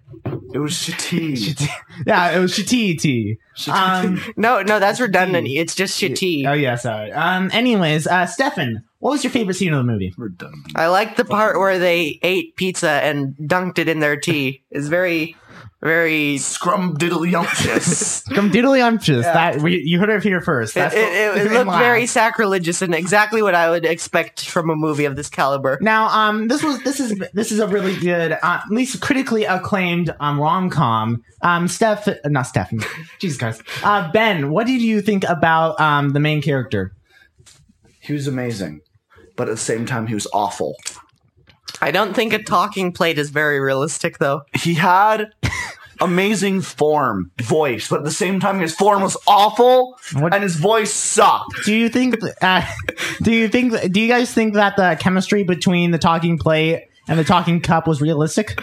C: It was shitty.
A: yeah, it was Shitty
B: E
A: Tea.
B: Uh,
A: Um,
B: No, no, that's redundant. It's just
A: oh
B: shitty.
A: yeah, sorry. Um, anyways, uh, Stefan, what was your favorite scene of the movie?
C: Redundant.
B: I like the part where they ate pizza and dunked it in their tea. It's very, very.
C: Scrum diddlyumptious.
A: From Doodly Umptious. That we, you heard it here first.
B: It,
A: That's
B: it, it,
A: what-
B: it looked
A: Wow.
B: very sacrilegious and exactly what I would expect from a movie of this caliber.
A: Now, um, this was this is this is a really good, uh, at least critically acclaimed um, rom com. Um, Steph, not Stefan, Jesus Christ, uh, Ben, what did you think about um the main character?
C: he was amazing, but at the same time, he was awful.
B: I don't think a talking plate is very realistic, though.
C: He had amazing form, voice, but at the same time, his form was awful,
A: What-
C: and his voice sucked.
A: Do you think? Uh, do you think? Do you guys think that the chemistry between the talking plate and the talking cup was realistic?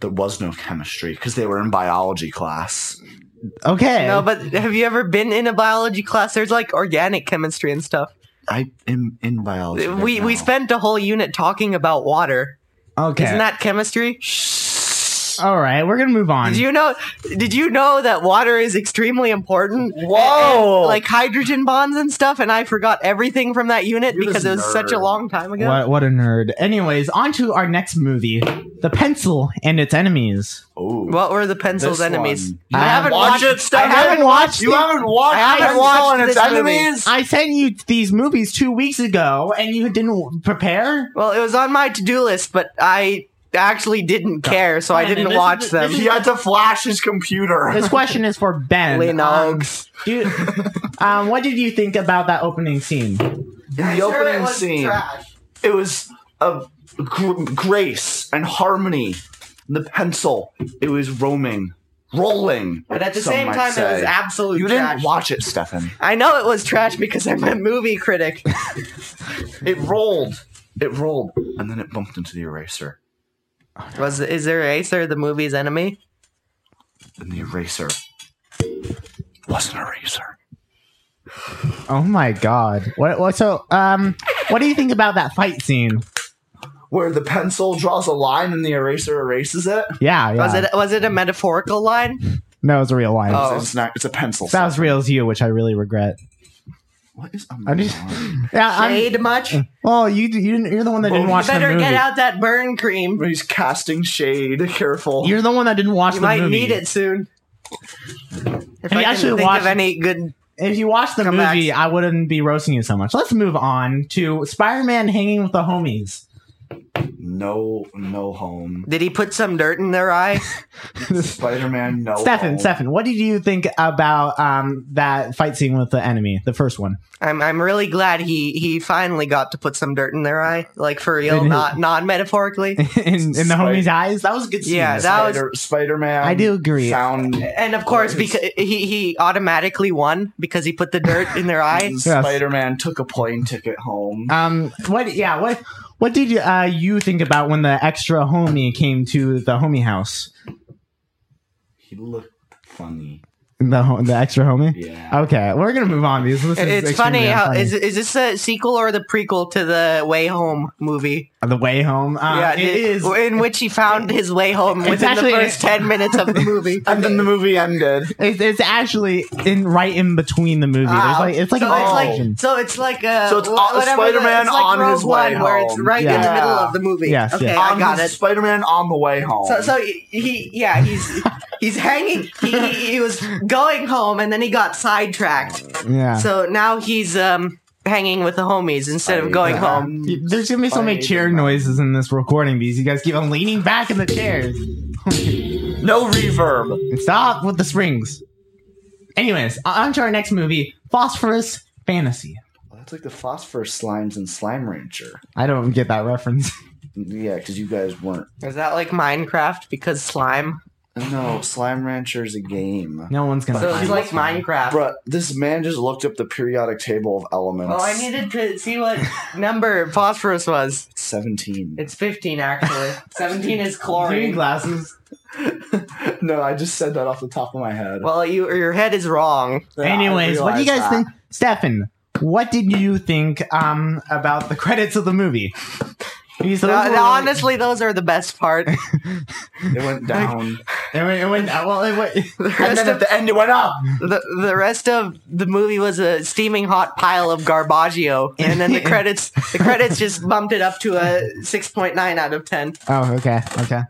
C: There was no chemistry because they were in biology class.
A: Okay,
B: No, but have you ever been in a biology class? There's like organic chemistry and stuff.
C: I am in biology. right
B: We we
C: now.
B: spent a whole unit talking about water.
A: okay,
B: Isn't that chemistry?
A: all right. We're gonna move on.
B: Did you know? Did you know that water is extremely important?
C: Whoa!
B: And, like hydrogen bonds and stuff, and I forgot everything from that unit
C: You're
B: because it
C: this
B: was such a
C: nerd.
B: long time ago.
A: what what a nerd. Anyways, on to our next movie, The Pencil and Its Enemies.
C: Ooh.
B: What were the pencil's
C: This
B: enemies?
C: one.
B: I
A: You
B: haven't
A: watch
B: watched.
C: it,
B: I
C: Stefan.
B: haven't watched.
C: You haven't watched.
B: I haven't
C: Pencil
B: watched
C: and Its
B: this movie.
C: Enemies?
A: I sent you these movies two weeks ago, and you didn't prepare.
B: Well, it was on my to-do list, but I actually didn't care, so I
A: Fine,
B: didn't
A: and this
B: watch
A: is-
B: them.
A: this
C: He had to flash his computer.
A: This question is for Ben. Um,
B: Lenox.
A: do you- um, what did you think about that opening scene?
C: In the opening scene, it was a gr- grace and harmony. The pencil, it was roaming, rolling.
B: But at the
C: some
B: same
C: might
B: time, it was
C: say.
B: absolute
C: You
B: trash.
C: didn't watch it, Stefan.
B: I know it was trash because I'm a movie critic.
C: It rolled. It rolled, and then it bumped into the eraser.
B: Was is there Acer the movie's enemy?
C: And the eraser was an eraser.
A: Oh my god! What? what so, um, what do you think about that fight scene?
C: Where the pencil draws a line and the eraser erases it.
A: Yeah, yeah.
B: Was it was it a metaphorical line?
A: No, it was a real line.
B: Oh.
C: It's, not, it's a pencil.
A: That was real as you, which I really regret.
C: what is
A: I just- Yeah, I'm,
B: Shade much? You
A: well, you you didn't, you're the one that didn't watch the
B: better
A: movie.
B: get out that burn cream.
C: He's casting shade. Careful.
A: You're the one that didn't watch
B: You
A: the
B: might
A: movie.
B: need it soon. If
A: Have
B: I
A: you
B: can
A: actually
B: think
A: watched-
B: of any good,
A: If you watched the
B: back.
A: movie, I wouldn't be roasting you so much. Let's move on to Spider-Man hanging with the homies.
C: no no home.
B: Did he put some dirt in their eye?
C: Spider-Man
B: Oh.
C: no.
A: Stefan,
C: home.
A: Stefan, what did you think about um, that fight scene with the enemy, the first one?
B: I'm I'm really glad he he finally got to put some dirt in their eye, like for real,
A: Didn't he?
B: not not metaphorically.
A: in, in the
C: Spike.
A: homie's eyes? That was a good scene.
B: Yeah, that was
C: Spider, Spider-Man.
A: I do agree.
C: Found
B: And of course,
C: Yes.
B: because he he automatically won because he put the dirt in their eye.
C: Spider-Man took a plane ticket home.
A: Um, what? Yeah. What? What did you, uh, you think about when the extra homie came to the homie house?
C: He looked funny.
A: The ho- the extra homie.
C: Yeah.
A: Okay, we're gonna move on. Because this is
B: It's
A: extremely
B: funny how
A: unfunny.
B: is is this a sequel or the prequel to the Way Home movie?
A: the way home. Uh, yeah, it is.
B: in which he found his way home within
A: actually-
B: the first ten minutes of the movie.
C: And then the movie ended.
A: It's, it's actually in right in between the movie. There's
B: Ah,
A: like it's like
B: so
A: an
B: it's like-
A: alternation.
B: so it's like uh,
C: So it's
B: wh-
C: on-
B: whatever the-
C: Spider-Man
B: it's like
C: on his
B: Rogue
C: way
B: One, where it's
C: home.
B: right in the
C: Yeah.
B: middle of the movie.
A: Yes,
B: okay,
A: yes.
B: I
C: On
B: got
C: the
B: it.
C: Spider-Man on the way home.
B: So, so he, he, yeah, he's he's hanging. He, he, he was going home, and then he got sidetracked.
A: yeah.
B: So now he's um hanging with the homies instead of going home.
A: Um, There's gonna be so many chair
C: Spider-Man.
A: noises in this recording because you guys keep on leaning back in the chairs.
C: No reverb.
A: Stop with the springs. Anyways, on to our next movie, Phosphorus Fantasy.
C: Well, that's like the phosphorus slimes and Slime Rancher.
A: I don't get that reference.
C: Yeah, because you guys weren't.
B: Is that like Minecraft because slime?
C: No, Slime Rancher is a game.
A: No one's gonna.
B: So
A: find
B: it's
A: it.
B: like Minecraft.
C: Bruh, this man just looked up the periodic table of elements.
B: Oh, I needed to see what number phosphorus was.
C: 17.
B: It's 15 actually. 17 is
A: Green
B: chlorine.
A: glasses.
C: no, I just said that off the top of my head.
B: Well, you your head is wrong.
C: Yeah, I
A: Anyways, what do you guys
C: realized
A: think, Stefan? What did you think um, about the credits of the movie? Because those
B: Uh,
A: were-
B: honestly, those are the best part.
C: that. It went down.
A: it went, it went- uh, well, it went-
B: The
C: and
B: rest
C: then
B: of
C: at the end, it went up.
B: the, the rest of the movie was a steaming hot pile of garbaggio, and then the credits the credits just bumped it up to a six point nine out of ten.
A: oh, okay, okay.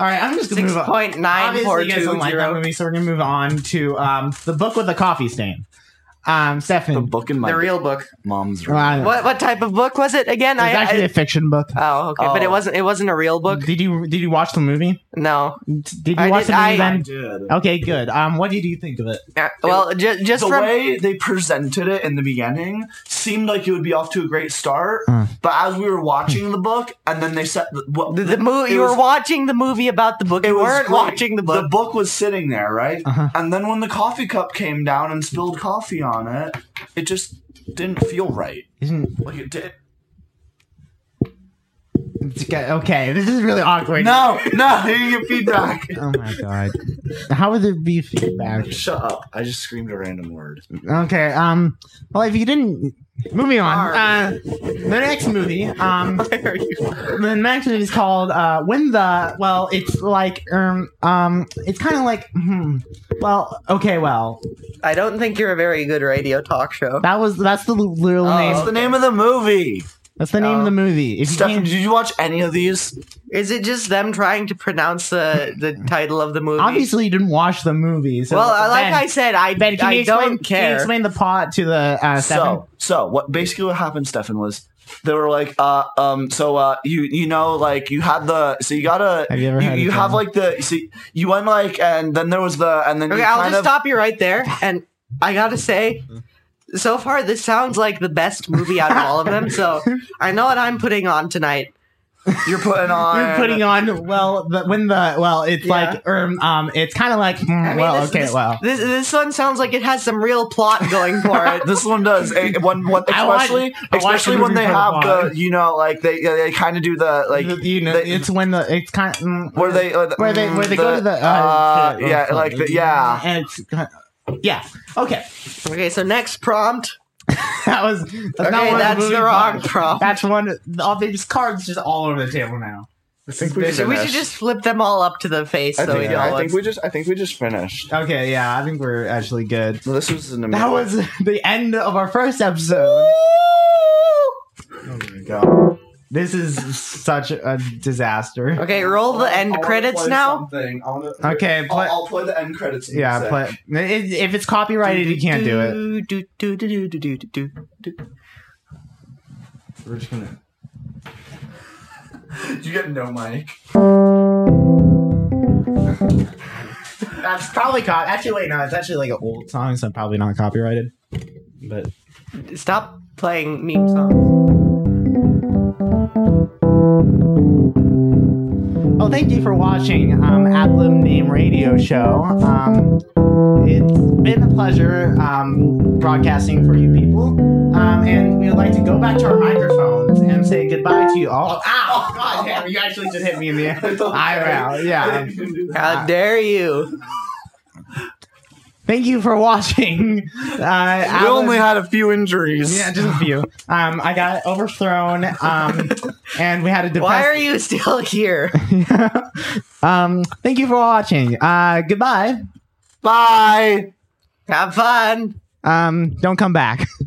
A: All right, I'm just gonna
B: Six
A: move on.
B: point nine four
A: Obviously, you guys
B: two
A: don't like that
B: zero.
A: movie, so we're gonna move on to um, the book with the coffee stain. Um, Stefan,
C: The book in my
B: The real book.
C: mom's room.
A: Well,
B: What what type of book was it again?
A: It was actually a fiction book.
B: oh okay, but it
C: Oh.
B: wasn't it wasn't a real book.
A: Did you did you watch the movie?
B: No.
A: Did you
B: I
A: watch
B: did-
A: the
B: I-
A: movie
C: I
A: then?
C: did.
A: Okay, good. Um, what did you think of it?
B: Uh, Well, ju- just
C: The
B: from
C: way they presented it in the beginning seemed like it would be off to a great start,
A: Mm.
C: but as we were watching the book, and then they said, what,
B: the, the movie
C: it
B: you
C: was-
B: were watching the movie about the book.
C: It
B: You
C: was
B: weren't
C: great.
B: watching the book.
C: The book was sitting there, right?
A: Uh-huh.
C: And then when the coffee cup came down and spilled coffee on it, it just didn't feel right.
A: Isn't
C: Like it did.
A: it's okay, okay? This is really awkward.
C: No, no, you get feedback.
A: Oh my god. How would there be feedback?
C: Shut up! I just screamed a random word.
A: Okay. Um. Well, if you didn't. Moving on. Uh, the next movie. Um. The next movie is called uh, "When the." Well, it's like um. Um. It's kind of like. Hmm, well. Okay. Well,
B: I don't think you're a very good radio talk show.
A: that was. That's the literal
B: Oh.
C: What's
A: name.
C: the name of the movie?
A: That's the name of the movie. If you
C: Stefan,
A: can't,
C: Uh, did you watch any of these?
B: Is it just them trying to pronounce the the title of the movie?
A: obviously, you didn't watch the movie. So
B: well, I- like
A: Ben,
B: I said, I,
A: Ben, can
B: I
A: you explain?
B: don't
A: Can you
B: care.
A: explain the plot to the uh, Stefan?
C: So, so what? Basically, what happened, Stefan, was they were like, uh, um, so uh, you you know, like you had the, so you gotta,
A: Have you ever had a
C: you have
A: job?
C: like the, so you went like, and then there was the, and then
B: Okay,
C: you
B: I'll
C: kind
B: just
C: of,
B: stop you right there. And I gotta say, so far this sounds like the best movie out of all of them. So I know what I'm putting on tonight.
C: You're putting on.
A: You're putting on well the, when the well it's
B: Yeah.
A: like um, um it's kind of like hmm,
B: I mean,
A: well
B: this-
A: okay
B: this,
A: well
B: this this one sounds like it has some real plot going for it.
C: This one does. Eh, One, one,
A: I watch-
C: especially,
A: I watch
C: especially
A: the
C: when
A: movie
C: they
A: Purple
C: have the,
A: Heart.
C: you know, like they they kind of do the like
A: you know
C: they-
A: it's when the it's kind of mm,
C: where they uh,
A: where they where they go to the uh,
C: uh,
A: shit,
C: yeah
A: oh,
C: like
A: fuck.
C: the, yeah
A: and it's kinda- yeah okay
B: Okay, so next prompt.
A: that was that's not
B: Okay,
A: one of
B: that's
A: movie
B: the wrong
A: parts.
B: prompt.
A: that's one all these cards just all over the table now
C: I think
B: So we should just flip them all up to the face so we know what's
C: we just I think we just finished.
A: okay yeah I think we're actually good
C: This was an
A: that was the end of our first episode Oh this is such a disaster
B: Okay, roll the end credits now.
A: okay
C: I'll,
A: play,
C: I'll play the end credits.
A: yeah
C: music.
A: play, it, if it's copyrighted you can't do it.
B: it.
A: We're just gonna.
C: You get no mic.
A: That's probably cop. Actually, wait, no, it's actually like an old song, so probably not copyrighted. But
B: Stop playing meme songs.
A: oh, thank you for watching um, Adlib Name Radio Show. Um, it's been a pleasure um, broadcasting for you people, um, and we would like to go back to our microphones and say goodbye to you all. Ow! God damn, you actually just hit me in the eyebrow. Yeah.
B: How dare you?
A: Thank you for watching. Uh,
C: We
A: Adlib-
C: only had a few injuries.
A: Yeah, just a few. Um, I got overthrown, um, and we had a depressed.
B: Why are you still here?
A: um, thank you for watching. Uh, goodbye.
C: Bye.
B: Have fun.
A: Um, don't come back.